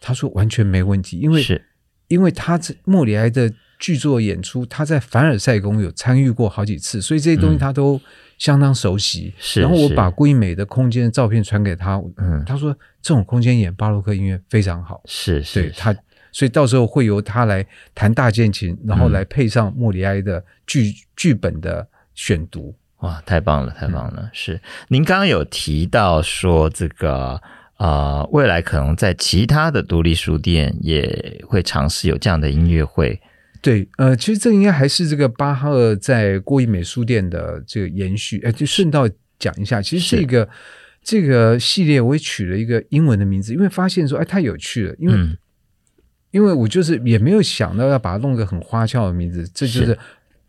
Speaker 3: 他说完全没问题，因为
Speaker 4: 是
Speaker 3: 因为他这莫里埃的剧作演出，他在凡尔赛宫有参与过好几次，所以这些东西
Speaker 4: 嗯
Speaker 3: 他都相当熟悉。
Speaker 4: 是
Speaker 3: 然后我
Speaker 4: 是
Speaker 3: 把顾一美的空间的照片传给他，
Speaker 4: 嗯
Speaker 3: 他说这种空间演巴洛克音乐非常好，
Speaker 4: 是是
Speaker 3: 对他。所以到时候会由他来弹大键琴，然后
Speaker 4: 嗯
Speaker 3: 来配上莫里埃的剧剧本的选读。
Speaker 4: 哇，太棒
Speaker 3: 嗯
Speaker 4: 了，太棒了！是您刚刚有提到说这个呃，未来可能在其他的独立书店也会尝试有这样的音乐会，
Speaker 3: 对，呃，其实这应该还是这个巴哈尔在郭一美书店的这个延续。哎，就顺道讲一下，其实
Speaker 4: 是
Speaker 3: 这个这个系列我也取了一个英文的名字，因为发现说，哎，太有趣了，因为、
Speaker 4: 嗯，
Speaker 3: 因为我就是也没有想到要把它弄个很花俏的名字，这就是是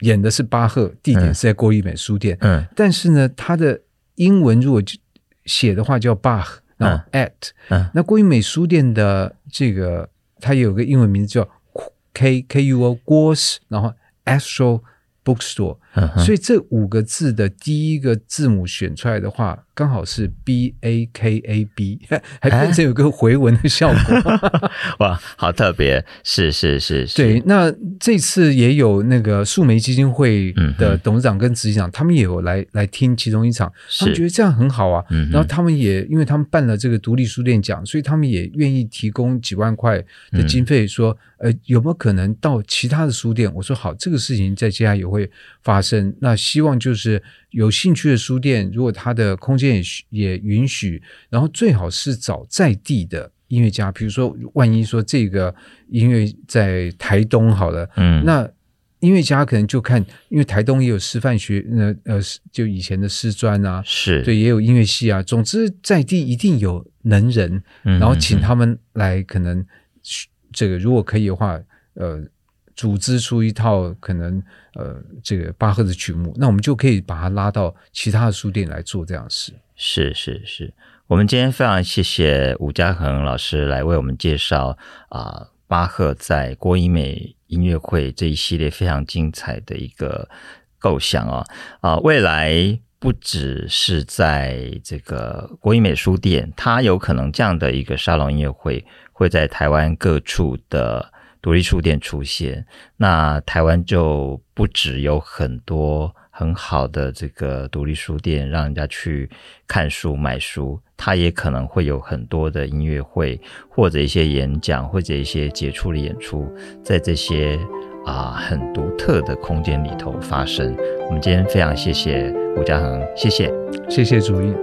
Speaker 3: 演的是巴赫，地点
Speaker 4: 嗯
Speaker 3: 是在郭一美书店，
Speaker 4: 嗯
Speaker 3: 但是呢，它的英文如果就写的话叫 Bach，然后 at，、
Speaker 4: 嗯
Speaker 3: 那郭一美书店的这个它也有个英文名字叫 K K U O 郭氏，然后 Astro bookstore，、
Speaker 4: 嗯哼
Speaker 3: 所以这五个字的第一个字母选出来的话，刚好是 B A K A B，还
Speaker 4: 哎
Speaker 3: 变成有个回文的效 果。
Speaker 4: 哇，好特别，是是是是，
Speaker 3: 对，那这次也有那个树莓基金会的
Speaker 4: 嗯哼
Speaker 3: 董事长跟执行长，他们也有来来听其中一场，他们
Speaker 4: 是
Speaker 3: 觉得这样很好啊。
Speaker 4: 嗯哼
Speaker 3: 然后他们也因为他们办了这个独立书店奖，所以他们也愿意提供几万块的经费，
Speaker 4: 嗯
Speaker 3: 说、呃有没有可能到其他的书店？我说好，这个事情在接下来也会发生。那希望就是有兴趣的书店，如果它的空间也许也允许，然后最好是找在地的。音乐家，比如说，万一说这个音乐在台东好了，
Speaker 4: 嗯，
Speaker 3: 那音乐家可能就看，因为台东也有师范学，呃呃，就以前的师专啊，
Speaker 4: 是
Speaker 3: 对，，也有音乐系啊。总之，在地一定有能人，
Speaker 4: 嗯
Speaker 3: 然后请他们来，可能这个如果可以的话，呃，组织出一套可能呃这个巴赫的曲目，那我们就可以把它拉到其他的书店来做这样的事。
Speaker 4: 是是是，我们今天非常谢谢吴嘉恒老师来为我们介绍啊、巴赫在郭一美音乐会这一系列非常精彩的一个构想啊、啊、未来。不只是在这个国营美书店，它有可能这样的一个沙龙音乐会会在台湾各处的独立书店出现。那台湾就不只有很多很好的这个独立书店，让人家去看书、买书，它也可能会有很多的音乐会，或者一些演讲，或者一些杰出的演出，在这些啊、很独特的空间里头发生。我们今天非常谢谢吴嘉恒，谢谢。
Speaker 3: 谢谢主音。